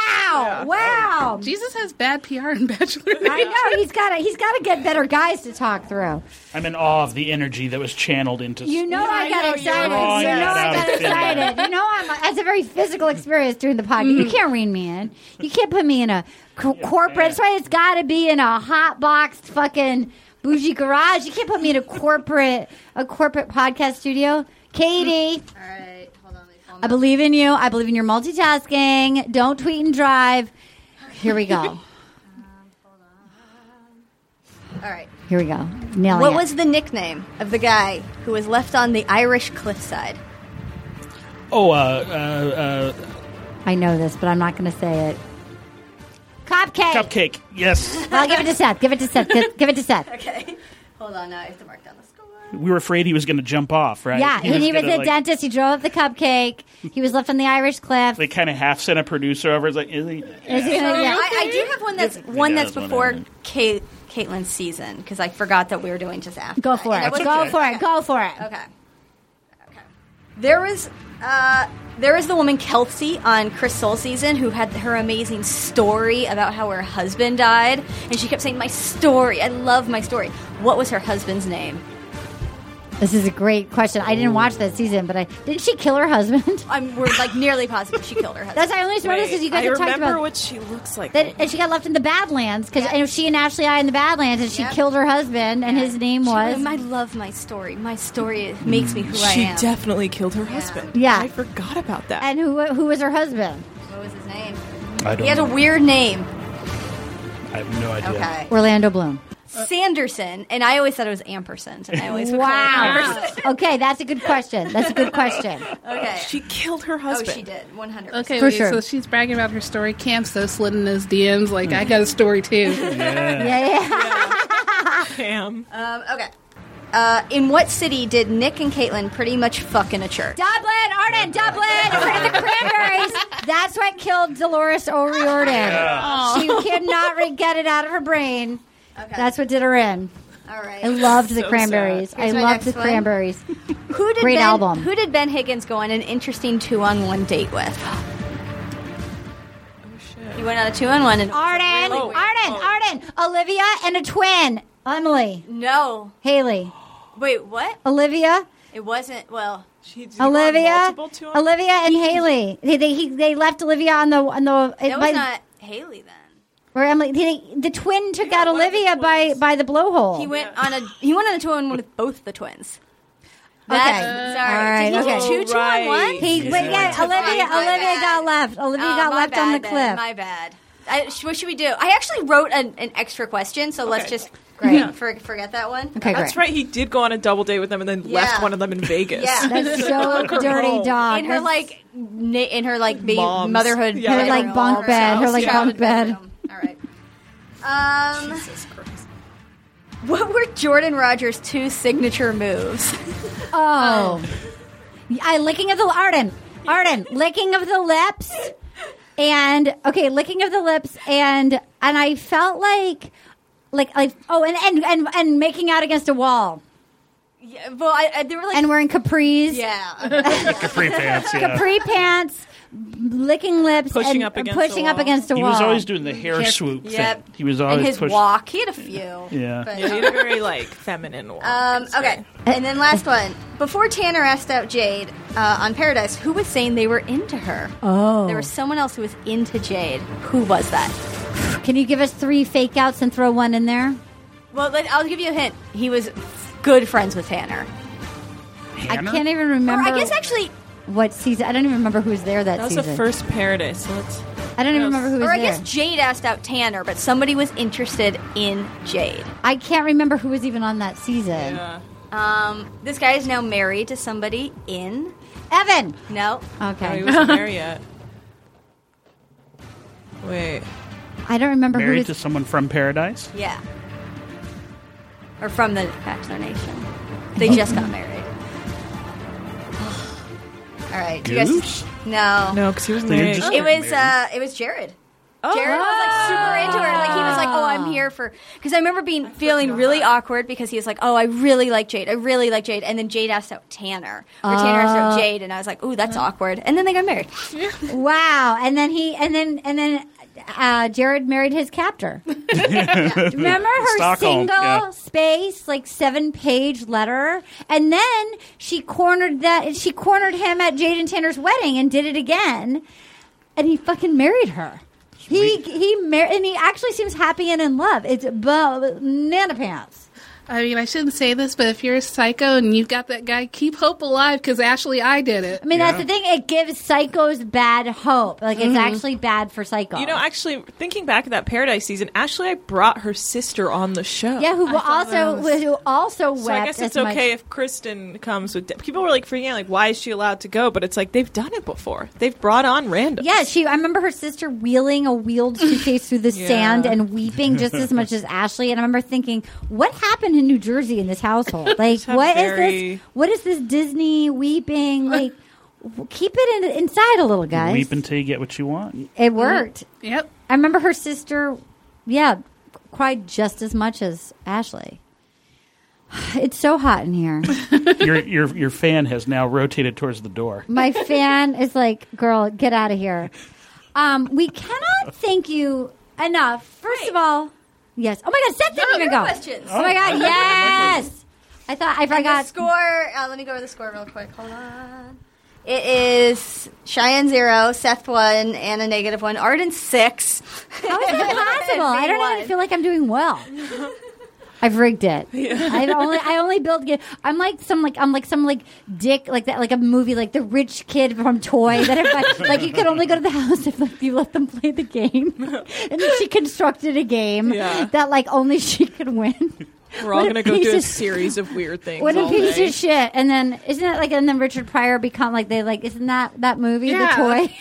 A: Wow!
E: Jesus has bad PR in Bachelor.
A: I know he's got to he's got to get better guys to talk through.
D: I'm in awe of the energy that was channeled into.
A: You know
B: Yeah,
A: I
B: I
A: got
B: know,
A: excited.
B: you're
D: all
A: You know
D: that
A: I
D: out
A: got
D: of thin air.
A: excited. You know I'm. That's a very physical experience during the podcast. You can't rein me in. You can't put me in a co- corporate. That's why it's got to be in a hot boxed fucking bougie garage. You can't put me in a corporate a corporate podcast studio. Katie,
C: All right, hold on.
A: I believe in you. I believe in your multitasking. Don't tweet and drive. Here we go.
C: All right.
A: Here we go. Nailing
C: What
A: it.
C: was the nickname of the guy who was left on the Irish cliffside?
D: Oh, uh, uh, uh,
A: I know this, but I'm not going to say it. Cupcake.
D: cupcake. Yes,
A: I'll give it to Seth. Give it to Seth. Give give it to Seth.
C: Okay, hold on. Now I have to mark down the score.
D: we were afraid he was going to jump off, right?
A: Yeah, and he was
D: gonna,
A: the
D: like,
A: dentist. He drove up the cupcake. He was left on the Irish cliff.
D: They kind of half sent a producer over. It's like, is he?
A: Is he gonna- yeah.
C: I, I do have one that's one
D: Yeah,
C: that's
D: that's one I
C: before
D: had.
C: Kate, Caitlin's season because I forgot that we were doing just after.
A: Go
C: that.
A: for
C: And I
A: it.
C: wasn't-
A: Go for it. Go for it.
C: Okay. Okay. There was uh, there was the woman Kelsey on Chris Soul season who had her amazing story about how her husband died, and she kept saying, "My story. I love my story." What was her husband's name?
A: This is a great question. I didn't watch that season, but I didn't she kill her husband?
C: I'm we're like nearly positive she killed her husband.
A: That's I only noticed because you guys
B: I
A: have talked
B: remember
A: about
B: what she looks like.
A: that, and she got left in the Badlands because
C: Yeah.
A: and she and Ashley I in the Badlands, and she
C: Yep.
A: killed her husband, and his name
C: She
A: was.
C: wrote, I love my story. My story makes me who I
B: she
C: am.
B: definitely killed her husband.
A: Yeah.
B: I forgot about that.
A: and who who was her husband?
C: what was his name?
D: I
C: He had a weird name.
D: I have no idea.
C: Okay.
A: Orlando Bloom.
C: Sanderson, and I always thought it was Ampersand. And I always would call it
A: Wow. okay, that's a good question. That's a good question.
C: Okay.
B: she killed her
C: oh,
B: husband.
C: she did. One hundred.
E: Okay,
A: For
E: wait,
A: sure.
E: so she's bragging about her story. Cam's so slid in those DMs, like, I got a story too.
D: Yeah.
A: Yeah, yeah.
B: Cam.
C: Um, okay. Uh, in what city did Nick and Caitlin pretty much fuck in a church?
A: Dublin, Arden, Dublin, in front of the cranberries. That's what killed Dolores O'Riordan. She cannot re- get it out of her brain.
C: Okay.
A: That's what did her in.
C: all
A: I
C: right.
A: loved the
B: So
A: cranberries.
C: Here's
A: I
C: my
A: loved
C: next
A: the
C: one.
A: cranberries.
C: Who did
A: Great
C: ben,
A: album.
C: Who did Ben Higgins go on an interesting two-on-one date with? Oh shit! He went on a two-on-one and
A: Arden,
B: Oh,
A: Arden,
B: wait.
A: Arden, Olivia and a twin. Emily,
C: no.
A: Haley,
C: Wait, what?
A: Olivia.
C: It wasn't. Well,
B: She did
A: Olivia,
B: multiple to him?
A: Olivia, and Haley. They they, he, they left Olivia on the on the
C: that
A: by-
C: was not Haley then.
A: or Emily. They, the twin took out
B: one of the
A: Olivia by
B: twins.
A: by the blowhole.
C: He went on a he went on a tour and with both the twins. That's-
A: Okay.
C: sorry.
A: All
C: Did
A: right,
C: he
A: okay.
C: do two, two on
B: Right.
C: one?
A: He, wait, yeah,
C: took
A: Olivia,
C: mine. My
A: Olivia
C: bad.
A: got left. Olivia
C: Oh,
A: got
C: my
A: left on the
C: bad then.
A: cliff.
C: My bad. I, sh- what should we do? I actually wrote an, an extra question, so let's
B: Okay.
C: just
A: Great.
C: for- forget that one.
A: okay,
B: That's
A: great.
B: right. He did go on a double date with them and then
C: Yeah.
B: left one of them in Vegas.
C: Yeah.
A: That's so
B: Her
A: dirty,
B: home.
A: dog.
C: in her
A: That's-
C: like na- in her like baby
B: Mom's.
C: motherhood,
B: Yeah. Her,
C: bedroom.
A: like, bunk
C: Her
A: bed, her, like, bunk
C: childhood
A: bed.
C: bedroom. All right. Um,
B: Jesus Christ.
C: what were Jordan Rogers' two signature moves?
A: oh, I licking of the Arden, Arden, licking of the lips, and okay, licking of the lips, and and I felt like. Like, like, oh, and, and, and, and making out against a wall.
C: yeah, well, I, I, they were like
A: And wearing capris.
C: yeah.
D: Capri pants. Yeah.
A: Capri pants, licking lips,
B: Pushing
A: and
B: up against
A: pushing
B: a
A: up
B: wall.
A: against a
D: He
A: wall.
D: was always doing the hair swoop
C: Yep.
D: thing. He was always
C: and his
D: pushing-
C: walk. He had a few.
D: Yeah.
B: Yeah,
C: But,
B: he had a very like feminine one.
C: Um, okay, and then last one. Before Tanner asked out Jade uh, on Paradise, who was saying they were into her?
A: Oh.
C: There was someone else who was into Jade. Who was that?
A: Can you give us three fake outs and throw one in there?
C: Well, let, I'll give you a hint. He was good friends with Tanner.
A: I can't even remember.
C: Or I guess actually,
A: what season? I don't even remember who was there that,
B: That was
A: season.
B: the first paradise. So let's.
A: I don't even remember who was
C: or I
A: there.
C: guess Jade asked out Tanner, but somebody was interested in Jade.
A: I can't remember who was even on that season.
B: Yeah.
C: Um, this guy is now married to somebody in.
A: Evan.
C: No,
B: No,
A: Okay.
B: Oh, he wasn't there yet. Wait.
A: I don't remember who was.
D: Married to someone from Paradise.
C: yeah, or from the Bachelor Nation. They just got married. All right, do you guys-
D: Goose?
C: No,
B: No, because he was
D: They
B: married.
D: just-
C: It was
D: Married.
C: uh, it was Jared. Jared was like super into her. Like he was like, "Oh, I'm here for." Because I remember being feeling really awkward because he was like, "Oh, I really like Jade. I really like Jade." And then Jade asked out Tanner, or Tanner asked out Jade, and I was like, "Ooh, that's awkward." And then they got married.
A: wow. And then he. And then. And then. Uh, Jared married his captor. Remember her
D: Stockholm,
A: single
D: yeah.
A: space, like seven page letter, and then she cornered that. She cornered him at Jade and Tanner's wedding and did it again, and he fucking married her. He he mar- and he actually seems happy and in love. It's banana pants.
E: I mean, I shouldn't say this, but if you're a psycho and you've got that guy, keep hope alive because Ashley, I did it.
A: I mean, that's the thing. It gives psychos bad hope. Like it's actually bad for psychos.
B: Mm-hmm. You know, actually, thinking back at that Paradise season, actually, I brought her sister on the show.
A: yeah, who also who also
B: So
A: wept
B: I guess
A: as
B: it's
A: much.
B: okay if Kristen comes with. People were like freaking out, like, why is she allowed to go? But it's like they've done it before. They've brought on random.
A: Yeah, she. I remember her sister wheeling a wheeled suitcase through the
B: Yeah.
A: sand and weeping just as much as Ashley. And I remember thinking, what happened in New Jersey in this household? Like,
B: have
A: what is this?
B: very-
A: What is this Disney weeping? Like, w- keep it in, inside a little, guys.
D: Weep until you get what you want.
B: Mm-hmm.
A: It worked.
E: Yep.
A: I remember her sister. Yeah, cried just as much as Ashley. It's so hot in here.
D: your your your fan has now rotated towards the door.
A: My fan is like, girl, get out of here. Um, we cannot thank you enough. First of all, yes. Oh my God, Seth didn't
C: No,
A: even
C: your
A: go.
C: questions.
A: Oh my God, yes. I thought I
C: I
A: forgot.
C: got score. Uh, let me go over the score real quick. Hold on. It is Cheyenne zero, Seth one, and a negative one. Arden six.
A: How is that possible? I don't know. I feel like I'm doing well. I've rigged it. I've only I only build. ga- I'm like some like I'm like some like dick like that like a movie like the rich kid from Toy that everybody, like you could only go to the house if like you let them play the game. and then she constructed a game
B: Yeah.
A: that like only she could win.
B: We're all
A: What a
B: going to go
A: piece
B: do a
A: of-
B: series of weird things.
A: What a
B: all
A: piece
B: day.
A: of shit! And then isn't it like and then Richard Pryor become like they like isn't that that movie
E: Yeah.
A: the toy?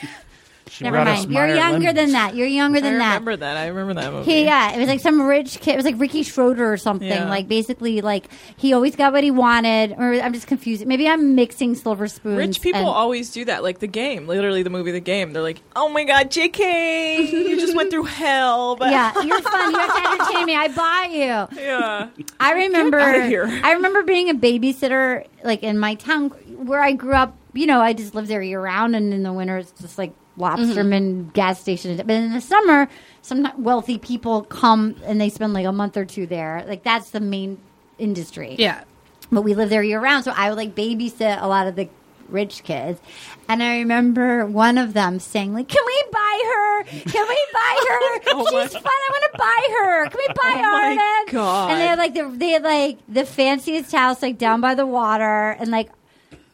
D: She
A: Never
D: brought us
A: mind. You're
D: Meyer
A: younger than
D: lemons.
A: that. You're younger
B: I
A: than that.
B: remember that. I remember that movie.
A: He, yeah, it was like some rich kid. It was like Ricky Schroeder or something.
B: Yeah.
A: Like basically, like he always got what he wanted. Or I'm just confused. Maybe I'm mixing silver spoons.
B: Rich people
A: and-
B: always do that, like the game, literally the movie, the game. They're like, "Oh my god, J.K., you just went through hell." But
A: Yeah, you're fun. You have to entertain me. I bought you.
B: yeah,
A: I remember.
B: outta here.
A: I remember being a babysitter, like in my town where I grew up. You know, I just lived there year round, and in the winter it's just like
B: Mm-hmm.
A: lobsterman gas station. But in the summer, some not- wealthy people come and they spend like a month or two there. Like that's the main industry.
E: Yeah.
A: but we lived there year round, so I would like babysit a lot of the rich kids. And I remember one of them saying, like, "Can we buy her? Can we buy her?
B: Oh
A: She's fun. I want to buy her. Can we buy Arden?"
B: my God.
A: And they had like the they had like the fanciest house like down by the water, and like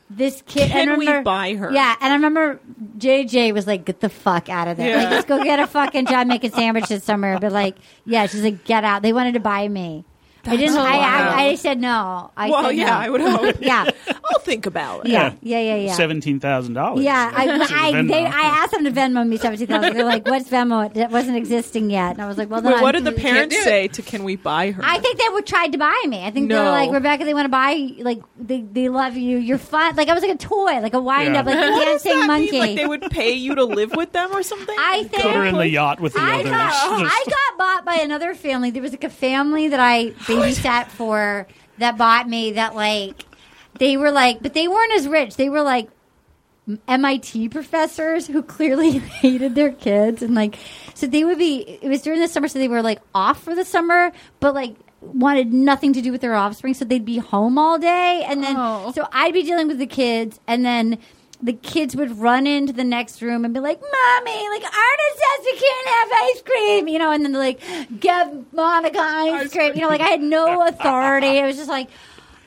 A: this kid.
B: Can
A: I
B: we
A: remember-
B: buy her?
A: Yeah, and I remember JJ was like, "Get the fuck out of there!
B: Yeah.
A: Like, just go get a fucking job making sandwiches somewhere." But like, yeah, she's like, "Get out!" They wanted to buy me. I didn't. I,
B: wild.
A: I, I said no. I
B: Oh, well,
A: said
B: yeah,
A: no.
B: I would hope.
A: Yeah,
B: I'll think about it.
A: yeah, yeah, yeah, yeah.
D: Seventeen thousand dollars.
A: yeah, I, I, they, I asked them to Venmo me seventeen thousand. They're like, "What's Venmo?" It wasn't existing yet, and I was like, "Well, then
B: Wait, what
A: I'm-
B: did the parents
E: do it.
B: say to can we buy her?
A: I think they were tried to buy me. I think they were
B: No.
A: like Rebecca. They want to buy you, like they, they love you. You're fun. Like I was like a toy, like a wind up,
D: Yeah.
A: like a
B: what does
A: dancing
B: that
A: monkey.
B: mean? Like they would pay you to live with them or something?
A: I think
D: put her in the yacht with the
A: I
D: others.
A: got, I
D: Just-
A: got bought by another family. There was like a family that I babysat for that bought me that like they were like, but they weren't as rich. They were like MIT professors who clearly hated their kids and like so they would be it was during the summer so they were like off for the summer but like wanted nothing to do with their offspring so they'd be home all day and then
E: Oh.
A: so I'd be dealing with the kids and then the kids would run into the next room and be like, "Mommy, like Arna says we can't have ice cream," you know, and then they're like, "Get Monica ice cream," you know, like I had no authority. It was just like,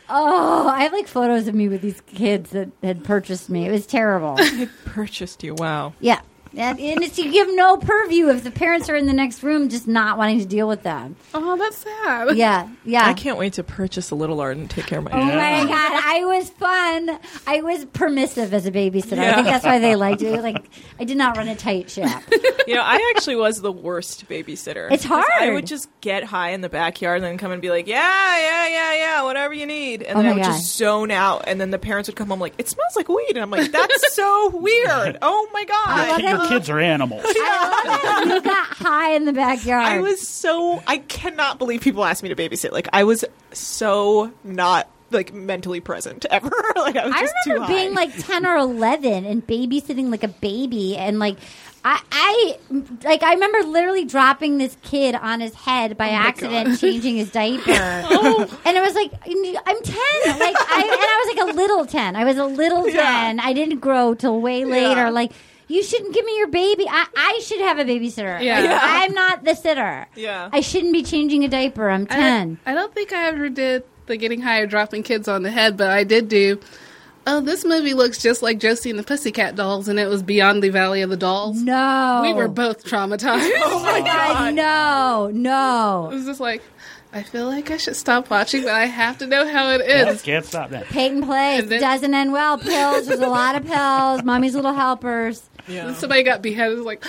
A: oh, I have like photos of me with these kids that had purchased me. It was terrible.
B: They purchased you. Wow.
A: Yeah. And, and it's, you give no purview if the parents are in the next room just not wanting to deal with them.
E: Oh, that's sad.
A: Yeah. Yeah.
B: I can't wait to purchase a little art and take care of my.
A: Oh
B: own.
A: my god, I was fun. I was permissive as a babysitter. I
B: Yeah.
A: think that's why they liked it. Like I did not run a tight ship.
B: You know, I actually was the worst babysitter.
A: It's
B: 'Cause I
A: hard.
B: would just get high in the backyard and then come and be like, yeah, yeah, yeah, yeah, whatever you need. And
A: Oh
B: then
A: my
B: I would
A: God.
B: just zone out. And then the parents would come home like, it smells like weed. And I'm like, that's so weird. Oh my God.
A: love
D: Your kids are animals.
A: I love that you got high in the backyard.
B: I was so, I cannot believe people asked me to babysit. Like, I was so not like mentally present ever. like, I was
A: I
B: just
A: remember
B: too high.
A: being like ten or eleven and babysitting like a baby, and like I, I, like I remember literally dropping this kid on his head
E: Oh
A: by accident, changing his diaper, and it was like I'm ten, like I, and I was like a little ten. I was a little
B: Yeah.
A: ten. I didn't grow till way later. Like you shouldn't give me your baby. I, I should have a babysitter.
E: Yeah.
A: Like,
E: Yeah.
A: I'm not the sitter.
B: Yeah.
A: I shouldn't be changing a diaper. I'm
E: I-
A: ten.
E: I, don't think I ever did the getting high or dropping kids on the head, but I did do. Oh, this movie looks just like Josie and the Pussycat Dolls, and it was Beyond the Valley of the Dolls.
A: no,
E: We were both traumatized.
A: Oh my God, no, no.
E: I was just like, I feel like I should stop watching, but I have to know how it ends.
D: Can't stop that.
A: Peyton plays.
E: And then-
A: doesn't end well. Pills. There's a lot of pills. Mommy's little helpers.
E: And Somebody got beheaded. I was like,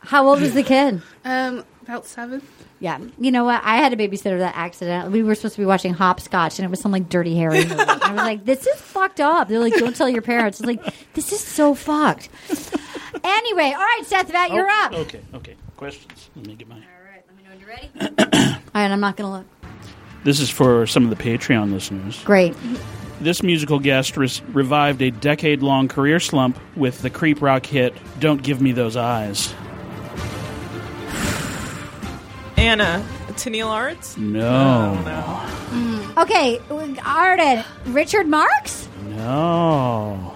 A: How old was the kid?
E: um, about seven.
A: Yeah. You know what? I had a babysitter that accident. We were supposed to be watching Hopscotch, and it was some like Dirty Harry movie. And I was like, this is fucked up. They're like, don't tell your parents. I was like, this is so fucked. Anyway, all right, Seth, that you're
D: Oh,
A: up. All
D: Okay, okay. Questions. Let me get my.
A: right, let me know when you're ready. all right, I'm not going to look.
D: This is for some of the Patreon listeners.
A: Great.
D: This musical guest res- revived a decade long career slump with the creep rock hit Don't Give Me Those Eyes.
B: Anna, Tennille Arts?
D: No.
B: No.
A: Okay, Arden, Richard Marks?
D: No.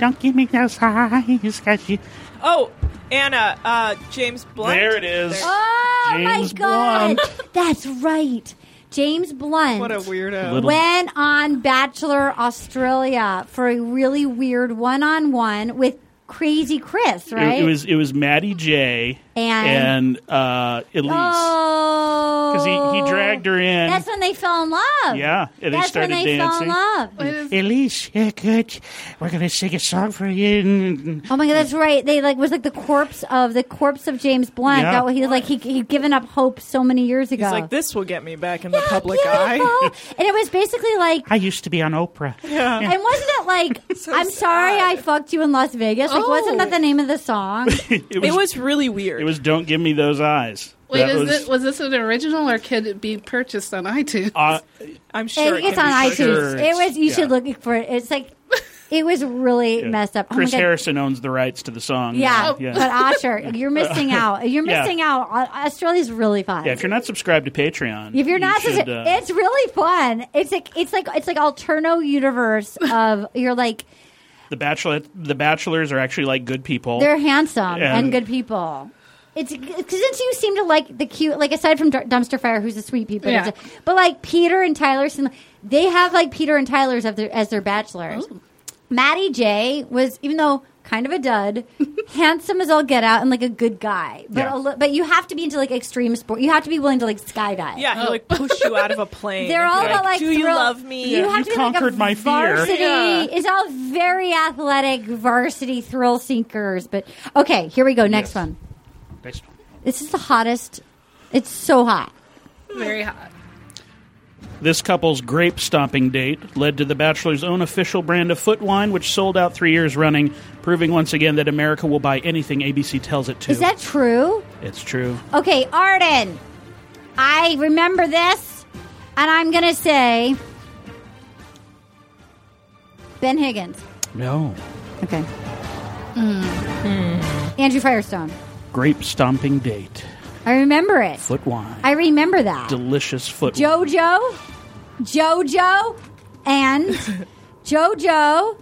G: Don't give me those eyes, cause you
B: Oh, Anna, uh, James Blunt.
D: There it is.
A: Oh,
D: James
A: my God. That's right. James Blunt.
B: What a weirdo.
D: Little-
A: went on Bachelor Australia for a really weird one-on-one with Crazy Chris,
D: It-
A: right?
D: It, was it was Maddie J
A: And-
D: and, uh, Elise.
A: oh,
D: Because he, he dragged her in.
A: That's when they fell in love.
D: Yeah, and they
A: that's
D: started
A: when they fell in
D: dancing.
A: love.
G: Elise, yeah, good. We're gonna sing a song for you. And
A: Oh my god, that's right. They like was like the corpse of the corpse of James Blunt.
D: Yeah.
A: That was- he was like he he'd given up hope so many years ago.
B: He's like, this will get me back in
A: yeah,
B: the public eye.
A: beautiful. and it was basically like
G: I used to be on Oprah.
A: And wasn't it like, I'm sorry I fucked you in Las Vegas? Like,
E: Oh.
A: wasn't that the name of the song?
D: it, was,
B: It was really weird.
D: it was Don't Give Me Those Eyes.
E: Wait,
D: That
E: is
D: was,
E: it, was this an original or could it be purchased on iTunes?
D: uh,
B: I'm sure
A: it,
B: it
A: it's
B: can
A: on
B: be
A: iTunes.
B: purchased.
D: Sure,
A: it was. You
D: yeah.
A: should look for it. It's like It was really
D: Yeah.
A: messed up. Oh my
D: Chris
A: God.
D: Harrison owns the rights to the song.
A: Yeah, Oh,
D: now. yeah.
A: but Asher, you're missing out. You're
D: Yeah.
A: missing out. out. Uh, Australia's really fun.
D: Yeah, if you're not subscribed to Patreon,
A: If you're
D: you
A: not,
D: should, uh,
A: it's really fun. It's like it's like it's like alterno universe of you're like
D: the bachelor, the bachelors are actually like good people.
A: they're handsome and,
D: And-
A: good people. It's because since you seem to like the cute, like aside from Dr- Dumpster Fire, who's a sweet peep, but,
E: Yeah.
A: it's a- but like Peter and Tyler, seem- they have like Peter and Tyler's of their, as their bachelors. Maddie J was even though kind of a dud, handsome as all get out and like a good guy, but
D: Yeah.
A: a li- but you have to be into like extreme sport. You have to be willing to like skydive.
B: Yeah, he'll like push you out of a plane.
A: Oh. They're
B: and be
A: all about like
B: do you
A: thrill-
B: love me?
A: You have
D: You
A: to be
D: conquered
A: like
D: my
A: a
D: fear.
A: varsity.
B: Yeah.
A: It's all very athletic varsity thrill seekers. But okay, here we go. Next
D: Yes.
A: one.
D: Next one.
A: This is the hottest. It's so hot.
D: Oh.
E: Very hot.
D: This couple's grape stomping date led to the Bachelor's own official brand of foot wine, which sold out three years running, proving once again that America will buy anything ABC tells it to.
A: Is that true?
D: it's true.
A: Okay, Arden. I remember this, and I'm gonna say Ben Higgins.
D: No.
A: Okay.
B: Hmm.
A: Andrew Firestone.
D: Grape stomping date.
A: I remember it.
D: Foot wine.
A: I remember that.
D: Delicious foot wine.
A: JoJo, JoJo, and JoJo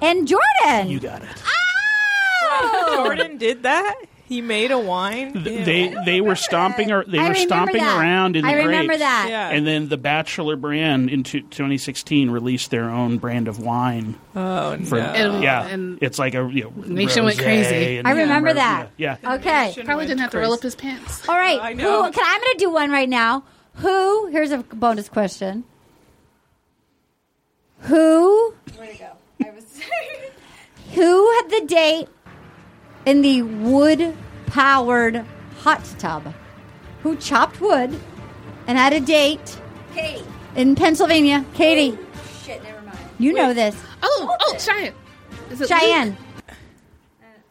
A: and Jordan. Oh!
D: You got it.
B: Jordan did that. He made a wine.
D: Th-
B: Ew.
D: They they were stomping ar- they
A: I
D: were
A: remember
D: stomping
A: that.
D: around in the
A: I remember
D: grapes.
A: that.
B: Yeah.
D: And then the Bachelor brand in two- 2016 released their own brand of wine.
B: oh no.
D: For,
E: And-
D: yeah,
E: and-
D: it's like a you know,
E: Nation went
D: rosé
E: crazy.
D: and-
A: I remember
D: yeah,
A: that.
D: Yeah,
A: Okay.
E: Probably didn't have to
B: Crazy.
E: roll up his pants.
A: All right.
B: I know.
A: Who, can, I'm going to do one right now. Who? Here's a bonus question. Who? Who had the date in the wood-powered hot tub? Who chopped wood and had a date
H: Katie.
A: in Pennsylvania? Katie,
H: Shit, never mind.
A: you know this.
E: Oh, oh, Cheyenne. Is it
A: Cheyenne.
E: Luke?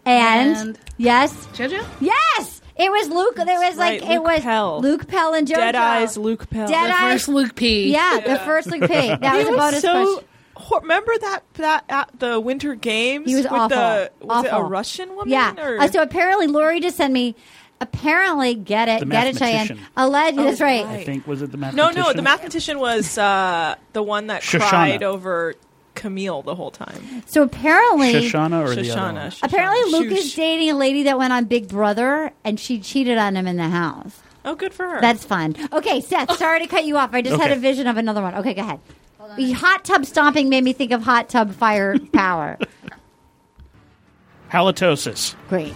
A: And,
E: And-
A: yes,
E: JoJo?
A: yes, it was Luke. There was like
B: right,
A: it
B: Luke
A: was
B: Pell.
A: Luke Pell and JoJo.
B: Dead Eyes Luke Pell.
A: Dead
E: The
A: Eyes-
E: first Luke P.
A: Yeah, the first Luke P. That was a bonus
B: so.
A: question.
B: Ho- remember that that at the Winter Games?
A: He was
B: with
A: awful.
B: The, was it a
A: Awful.
B: Russian woman?
A: Yeah.
B: Or?
A: Uh, so apparently, Lori just sent me. Apparently, get
D: The
A: it, get it, Cheyenne.
D: mathematician.
A: Alleged.
B: Oh,
A: that's right.
D: I think was it the
B: no,
D: mathematician?
B: no, the mathematician was uh, the one that
D: Shoshana.
B: cried over Camille the whole time.
A: So apparently,
D: Shoshana or the other
B: Shoshana.
D: one?
B: Shoshana.
A: apparently, Luke is
B: Shush.
A: dating a lady that went on Big Brother, and she cheated on him in the house.
B: Oh, good for her.
A: That's fun. Okay, Seth. Sorry to cut you off. I just had
D: Okay.
A: a vision of another one. Okay, go ahead. The hot tub stomping made me think of hot tub firepower.
D: halitosis.
A: Great.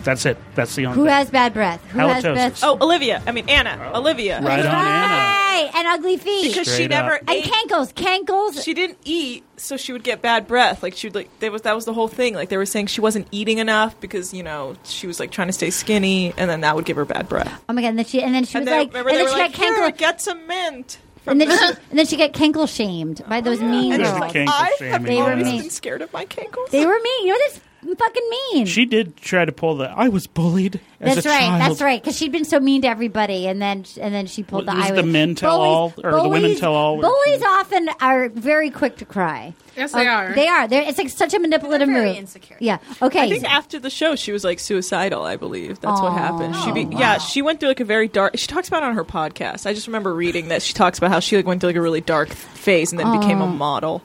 D: That's it. That's the only.
A: Who
D: thing.
A: has bad breath? Who has
D: Halitosis.
A: bad?
B: oh Olivia. I mean Anna. Olivia.
D: Oh. right on Anna?
A: Hey, and ugly feet.
B: Because she
D: Straight up.
B: never
A: and
B: ate.
A: cankles, cankles.
B: she didn't eat, so she would get bad breath. Like she would like there was that was the whole thing. Like they were saying she wasn't eating enough because you know she was like trying to stay skinny, and then that would give her bad breath.
A: oh my god! And then she, and then she
B: and
A: was
B: they,
A: like, and
B: remember they
A: then
B: were
A: she
B: like,
A: got
B: Here,
A: cankle,
B: get some mint. From Oh
A: and then she, and then she got cankle shamed by those mean
D: There's the
A: girls.
D: cankle
B: I have
D: shaming,
A: were
B: always
A: mean.
B: been scared of my cankles.
A: They were mean. You know that's fucking mean.
D: She did try to pull the. I was bullied. As
A: that's
D: a
A: right.
D: child.
A: That's right. Because she'd been so mean to everybody, and then and then she pulled
D: Was
A: the.
D: it
A: eye
D: the
A: with-
D: men tell all, or the women tell all?
A: Bullies often are very quick to cry.
E: Yes, they
A: Uh,
E: are.
A: They are. They're, it's like such a manipulative
C: They're very
A: move.
C: insecure.
A: Yeah. Okay.
B: I think after the show she was like suicidal. I believe that's what
A: Aw.
B: happened. She be,
A: Oh, wow.
B: yeah, she went through like a very dark. She talks about it on her podcast. I just remember reading that she talks about how she like went through like a really dark phase and then became a model.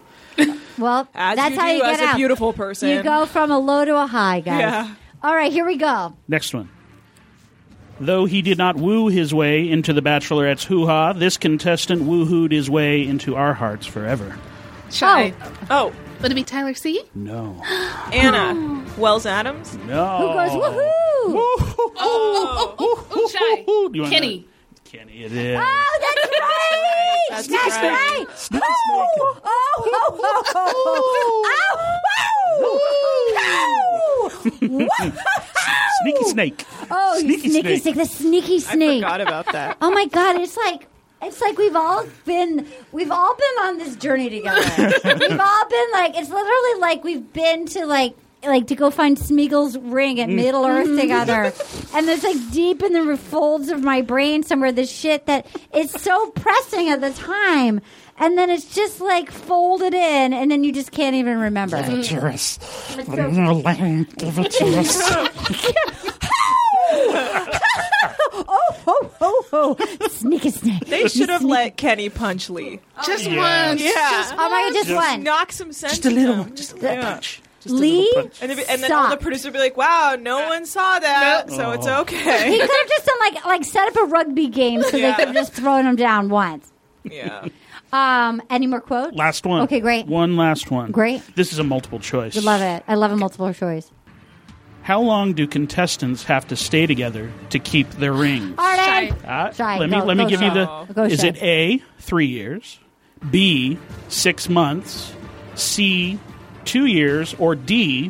A: well,
B: As
A: that's
B: you
A: how
B: do
A: you get
B: as a
A: out.
B: beautiful person.
A: You go from a low to a high, guys.
B: Yeah.
A: All right, here we go.
D: Next one. Though he did not woo his way into the Bachelorette's hoo ha, this contestant woo-hooed his way into our hearts forever.
E: Cheyenne.
B: Oh,
E: Would it be Tyler C?
D: No.
B: Anna Wells Adams.
D: No.
A: Who goes woohoo?
E: Oh, oh, oh, Cheyenne.
D: Woo-hoo. Do you wanna-
E: Kenny.
D: Kenny, it is.
A: Oh, that's right.
B: That's
A: Oh, That's,
B: right.
A: right. Oh, oh, oh, oh, oh, oh, oh,
D: Sneaky snake.
A: oh, you
D: Sneaky
A: sneaky
D: snake.
A: snake. the sneaky
B: I
A: snake.
B: forgot about that.
A: Oh my god, it's like it's like we've all been we've all been on this journey together. we've all been like it's literally
B: Mm. Mm-hmm.
A: like we've been to like like to go find Smeagol's ring at Middle Earth together. and there's like deep in the folds of my brain somewhere this shit that is so pressing at the time, and then it's just like folded in, and then you just can't even remember.
G: Give it to us. Give it to us.
A: Oh, oh, oh, oh! Sneak a snake.
B: They should have let Kenny punch Lee.
E: Just
D: Oh, yeah.
E: one.
B: Yeah.
E: Just
A: Oh my god! Just, one.
B: Knock some sense.
G: Just a little
B: into
G: one.
B: him.
G: Just a
B: Yeah.
G: little punch. Just a
A: Lee?
G: little punch.
B: And, if, and then all the
A: Sucked.
B: producers would be like, "Wow, no one saw that, so it's
A: He
B: okay."
A: could have just done like like set up a rugby game so
B: Yeah.
A: they could have just thrown him down once.
B: yeah.
A: Um, any more quotes?
D: Last one.
A: Okay, great.
D: One last one.
A: Great.
D: This is a multiple choice.
A: I love it. I love a multiple choice.
D: How long do contestants have to stay together to keep their ring?
A: Arden,
D: Uh,
A: Shy,
D: let me
A: go-
D: let me
A: go
D: give you
A: Shy.
D: the.
A: Go
D: is
A: Shy.
D: it A three years, B six months, C two years, or D?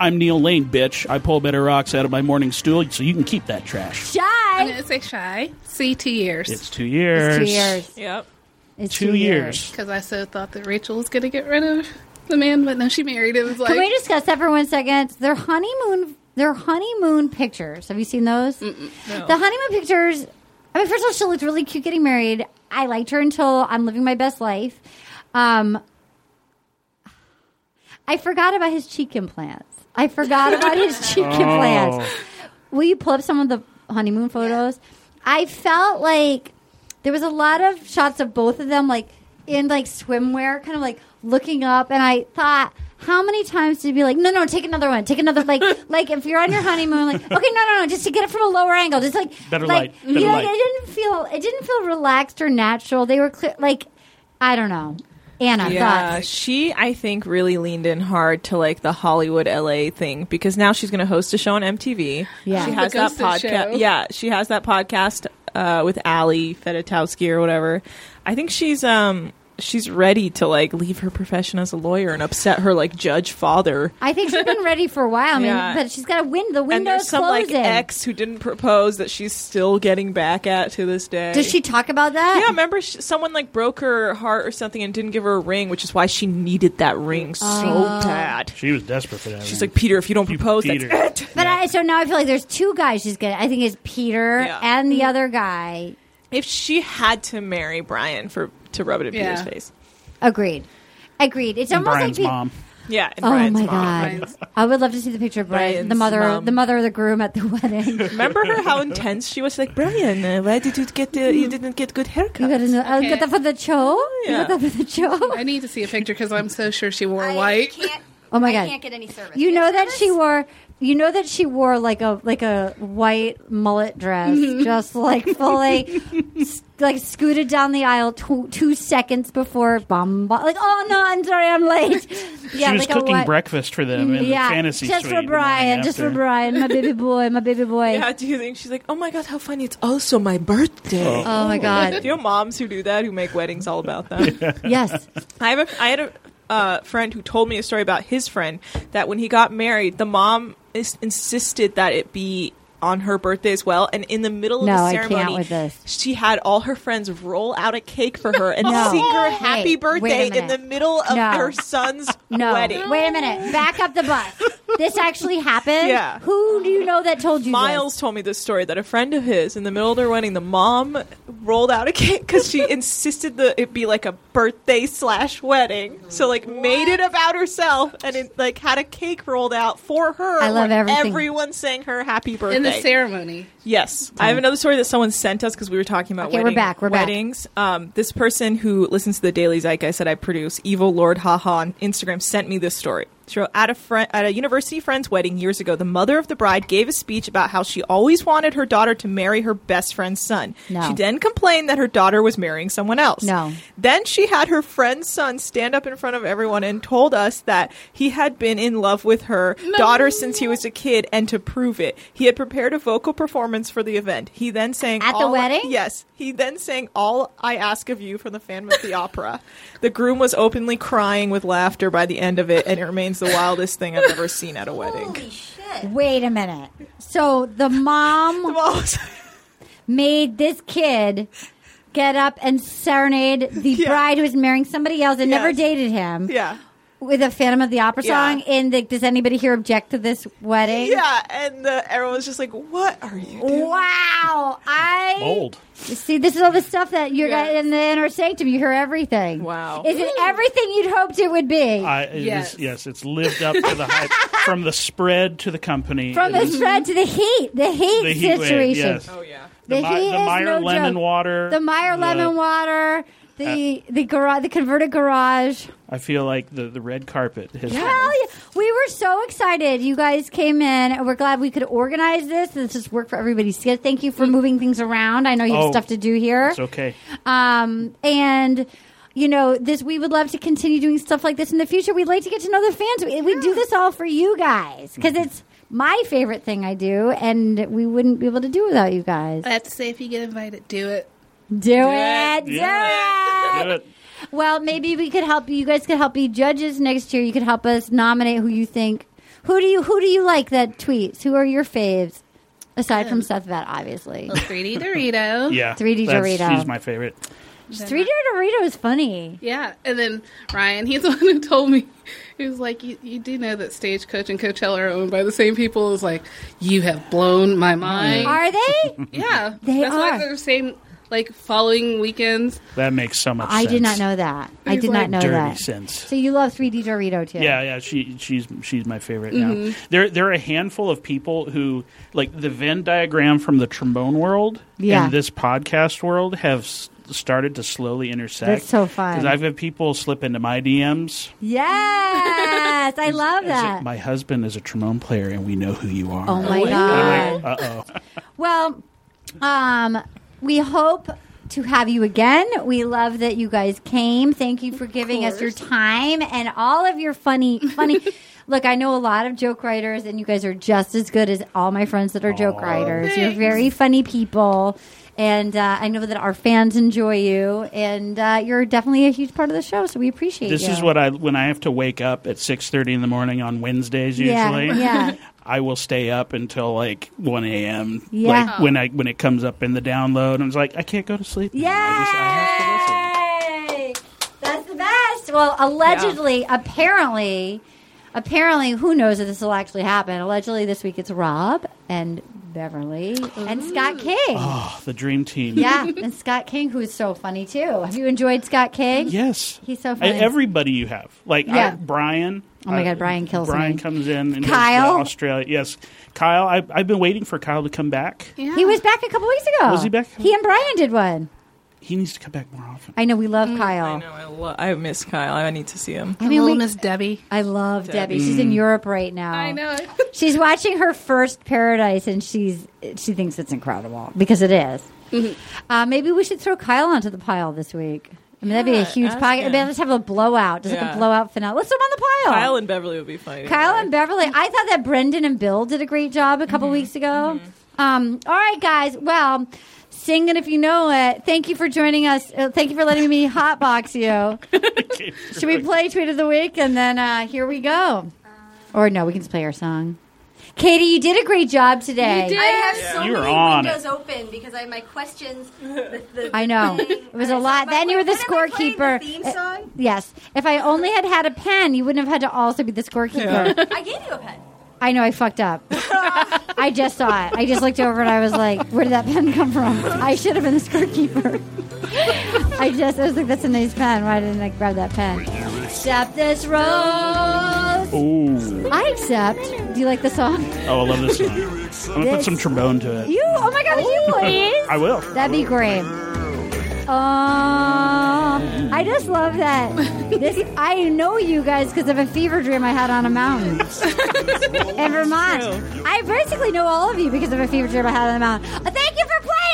D: I'm Neil Lane, bitch. I pull better rocks out of my morning stool, so you can keep that trash.
E: I'm
A: shy.
E: gonna say shy. See two
D: It's
E: years
D: two years.
A: It's two years.
B: Yep.
A: It's
D: Two years.
E: because I so thought that Rachel was gonna get rid of the man, but no, she married him. It's like
A: Can we discuss that for one second? Their honeymoon, their honeymoon pictures. Have you seen those? The honeymoon pictures. I mean, first of all, she looked really cute getting married. I liked her until I'm living my best life. Um, I forgot about his cheek implants. I forgot about his cheek implants. Will you pull up some of the honeymoon photos? I felt like there was a lot of shots of both of them, like in like swimwear, kind of like looking up, and I thought. How many times did you be like, no, no, take another one, take another, like, like if you're on your honeymoon, like, okay, no, no, no, just to get it from a lower angle, just like,
D: Better
A: like,
D: light, better
A: yeah,
D: light.
A: it didn't feel, it didn't feel relaxed or natural. They were clear, like, I don't know, Anna,
B: Yeah,
A: thoughts?
B: she I think really leaned in hard to like the Hollywood LA thing because now she's going to host a show on MTV.
A: Yeah.
B: she
A: The
B: has that
E: Ghosted show.
B: podcast. Yeah, she has that podcast uh, with Ali Fedotowsky or whatever. I think she's um she's ready to like leave her profession as a lawyer and upset her like judge father.
A: I think she's been ready for a while. I mean,
B: Yeah.
A: but she's got a win. The
B: And
A: window's
B: there's some like
A: closing.
B: ex who didn't propose that she's still getting back at to this day.
A: Does she talk about that?
B: Yeah, remember sh someone like broke her heart or something and didn't give her a ring, which is why she needed that ring
A: Oh.
B: so bad.
D: She was desperate for that.
B: She's
D: ring.
B: like, Peter, if you don't propose,
D: Peter.
B: that's it.
A: But I, so now I feel like there's two guys she's gonna. I think it's Peter
B: Yeah. Mm-hmm.
A: and the other guy.
B: If she had to marry Brian for to rub it in
E: Yeah.
B: Peter's face,
A: Agreed. Agreed. It's
D: And
A: almost
D: Brian's
A: like pe-
D: mom.
B: yeah. And
A: Oh
B: Brian's
A: my
B: mom.
A: god!
E: Brian's-
A: I would love to see the picture of Brian, the
B: Brian's
A: mother,
B: mom.
A: the mother of the groom at the wedding. you
B: Remember her? How intense she was. Like Brian, uh, why did you get the, you didn't get good haircut?
A: got, to I
E: Okay.
A: got that for the cho.
B: Yeah.
A: You got that for the cho.
E: I need to see a picture because I'm so sure she wore
C: I
E: white.
C: can't.
A: Oh my
C: I
A: God.
C: can't get any service.
A: You know that
C: Service?
A: she wore. You know that she wore like a like a white mullet dress,
B: Mm-hmm.
A: just like fully, s- like scooted down the aisle two, two seconds before bomb. bomb- Like, oh no, I'm sorry, I'm late. Yeah,
D: she was
A: like a
D: cooking
A: white-
D: breakfast for them in
A: yeah,
D: the fantasy
A: just
D: suite
A: for
D: the morning
A: Brian, just for
D: after.
A: Brian, my baby boy, my baby boy.
B: Yeah. Do you think she's like, oh my god, how funny? It's also my birthday.
A: Oh my
B: Do
A: god,
B: you know moms who do that who make weddings all about them?
A: yes.
B: I have a, I had a uh, friend who told me a story about his friend that when he got married, the mom is, insisted that it be on her birthday as well. And in the middle of
A: No,
B: the
A: I can't
B: ceremony,
A: with this.
B: she had all her friends roll out a cake for her and
A: No.
B: sing her
A: Wait,
B: happy
A: wait a
B: birthday in
A: minute.
B: the middle of
A: No.
B: her son's
A: No,
B: wedding.
A: wait a minute, back up the bus. This actually happened.
B: Yeah.
A: Who do you know that told you? this?
B: Miles told me this story that a friend of his, in the middle of their wedding, the mom rolled out a cake because she insisted that it be like a birthday slash wedding. So like made it about herself and it like had a cake rolled out for her.
A: I love
B: where
A: everything.
B: Everyone sang her happy birthday.
E: In the ceremony,
B: Yes, I have another story that someone sent us because we were talking about
A: Okay, we're
B: wedding,
A: back, we're back.
B: weddings. Um, this person who listens to the Daily Zeitgeist that I produce, Evil Lord Haha on Instagram, sent me this story. She wrote, at a friend at a university friend's wedding years ago, the mother of the bride gave a speech about how she always wanted her daughter to marry her best friend's son.
A: No.
B: She then complained that her daughter was marrying someone else.
A: No.
B: Then she had her friend's son stand up in front of everyone and told us that he had been in love with her daughter since he was a kid, and to prove it, he had prepared a vocal performance for the event. He then sang
A: At the
B: all-
A: wedding?
B: Yes, he then sang "All I Ask of You" from the Phantom of the Opera. The groom was openly crying with laughter by the end of it, and it remains the wildest thing I've ever seen at a wedding.
C: Holy shit!
A: Wait a minute. So the mom made this kid get up and serenade the
B: Yeah.
A: bride who was marrying somebody else and never
B: Yes.
A: dated him.
B: yeah.
A: with a Phantom of the Opera
B: Yeah.
A: song in the Does Anybody Here Object to This Wedding?
B: Yeah, and the, everyone was just like, "What are you doing?"
A: Wow. I
D: Bold.
A: see this is all the stuff that you're
B: Yes.
A: in the inner sanctum, you hear everything.
B: Wow.
A: Is it everything you'd hoped it would be?
D: I, it is- yes.
E: Yes.
D: it's lived up to the hype from the spread to the company.
A: From
D: It
A: the
D: is-
A: spread to the heat, the heat
D: Mm-hmm. The heat wave,
A: situation.
D: yes.
B: Oh yeah.
D: the,
A: The
D: Mi-
A: heat
D: the
A: is
D: Meyer
A: no
D: lemon
A: joke.
D: water.
A: The Meyer lemon water, the the garage, the converted garage.
D: I feel like the, the red carpet has
A: Hell yeah. We were so excited. You guys came in, and we're glad we could organize this. This just worked for everybody's good. Thank you for moving things around. I know you have
D: Oh.
A: stuff to do here.
D: It's okay.
A: Um, and you know, this we would love to continue doing stuff like this in the future. We'd like to get to know the fans. We, we do this all for you guys because it's my favorite thing I do, and we wouldn't be able to do it without you guys.
E: I have to say, if you get invited, do it.
A: Uh, Do, it, do
D: Yeah.
A: it. Well, maybe we could help you. You guys could help be judges next year. You could help us nominate who you think. Who do you who do you like that tweets? Who are your faves aside from Seth Vet, obviously?
E: Well, 3D Dorito.
D: Yeah.
A: 3D
D: that's-
A: Dorito.
D: She's my favorite.
A: Three D Dorito is funny.
E: Yeah, and then Ryan, he's the one who told me, he was like, you, you do know that Stagecoach and Coachella are owned by the same people. It was like, you have blown my mind.
A: Are they?
E: yeah.
A: They
E: That's why
A: are.
E: they're the same, like, following weekends.
D: That makes so much
A: I
D: sense.
A: did not know that. I
E: He's
A: did not
E: like,
A: know
D: Dirty
A: that.
D: sense.
A: So you love 3D Dorito too?
D: Yeah, yeah, she she's she's my favorite now.
A: Mm-hmm.
D: There there are a handful of people who like the Venn diagram from the trombone world
A: Yeah.
D: and this podcast world have s- started to slowly intersect.
A: That's so fun.
D: Because I've had people slip into my DMs.
A: Yes, I love
D: It's like,
A: that.
D: my husband is a trombone player, and we know who you are.
A: oh my god.
D: Uh oh.
A: Well, um, we hope to have you again. We love that you guys came. Thank you for giving us your time and all of your funny, funny. Look, I know a lot of joke writers, and you guys are just as good as all my friends that are joke writers. You're very funny people. And uh, I know that our fans enjoy you, and uh, you're definitely a huge part of the show, so we appreciate
D: This
A: you.
D: is what I when I have to wake up at six thirty in the morning on Wednesdays
A: Yeah,
D: usually.
A: yeah.
D: I will stay up until like one a.m.
A: Yeah. Oh.
D: Like when I when it comes up in the download, and it's like I can't go to sleep.
A: Yay!
D: I just- I have to listen.
A: That's the best. Well, allegedly, apparently, apparently, who knows if this will actually happen? Allegedly, this week it's Rob and Beverly and Scott King.
D: Oh, the dream team.
A: Yeah, and Scott King, who is so funny too. Have you enjoyed Scott King?
D: Yes.
A: He's so
D: I-
A: funny.
D: everybody you have, like I-
A: Yeah.
D: Brian.
A: Oh my
D: I-
A: God, Brian kills
D: Brian
A: me.
D: comes in. And goes to
A: Kyle?
D: Australia. Yes, Kyle. I, I've been waiting for Kyle to come back.
E: Yeah.
A: He was back a couple weeks ago.
D: Was he back?
A: He and Brian did one.
D: He needs to come back more often.
A: I know we love
D: Mm,
B: I
A: Kyle.
B: know. I, lo- I miss Kyle. I need to see him.
A: I mean,
E: little
A: we-
E: Miss Debbie.
A: I love Debbie. She's
D: Mm.
A: in Europe right now.
E: I know.
A: She's watching her first Paradise, and she's she thinks it's incredible because it is.
B: Mm-hmm.
A: Uh, maybe we should throw Kyle onto the pile this week. I mean, that'd be a
B: Yeah,
A: huge
B: ask
A: pocket. I
B: him.
A: mean, let's have a blowout, just like
B: Yeah.
A: a blowout finale. Let's throw him on the pile.
B: Kyle and Beverly would be funny.
A: Kyle
B: together.
A: and Beverly. I thought that Brendan and Bill did a great job a
B: Mm-hmm.
A: couple weeks ago. Um, all right, guys. Well, sing it if you know it. Thank you for joining us. Uh, thank you for letting me hotbox you. Should we play Tweet of the Week? And then uh, here we go. Or no, we can just play our song. Katie, you did a great job today.
C: I have so
D: You were
C: many
D: on
C: windows
D: it.
C: open because I have my questions. The, the
A: I know.
C: thing.
A: It was
C: And
A: a
C: I
A: lot.
C: thought,
A: Then you were
C: wait,
A: the
C: when am I playing
A: scorekeeper.
C: the theme
A: Uh,
C: song?
A: Yes. If I only had had a pen, you wouldn't have had to also be the scorekeeper.
C: I gave you a pen.
A: I know I fucked up. I just saw it. I just looked over and I was like, where did that pen come from? I should have been the scorekeeper. I just, I was like, that's a nice pen. Why didn't I grab that pen? Accept this rose.
D: Oh.
A: I
D: Ooh.
A: accept. Do you like the song?
D: Oh, I love this song. I'm gonna put
A: This-
D: some trombone to it.
A: You, oh my God, would you please?
D: I will.
A: That'd be great. Oh, I just love that. This I know you guys because of a fever dream I had on a mountain in Vermont. I basically know all of you because of a fever dream I had on the mountain. Uh, Thank you for playing. Ah.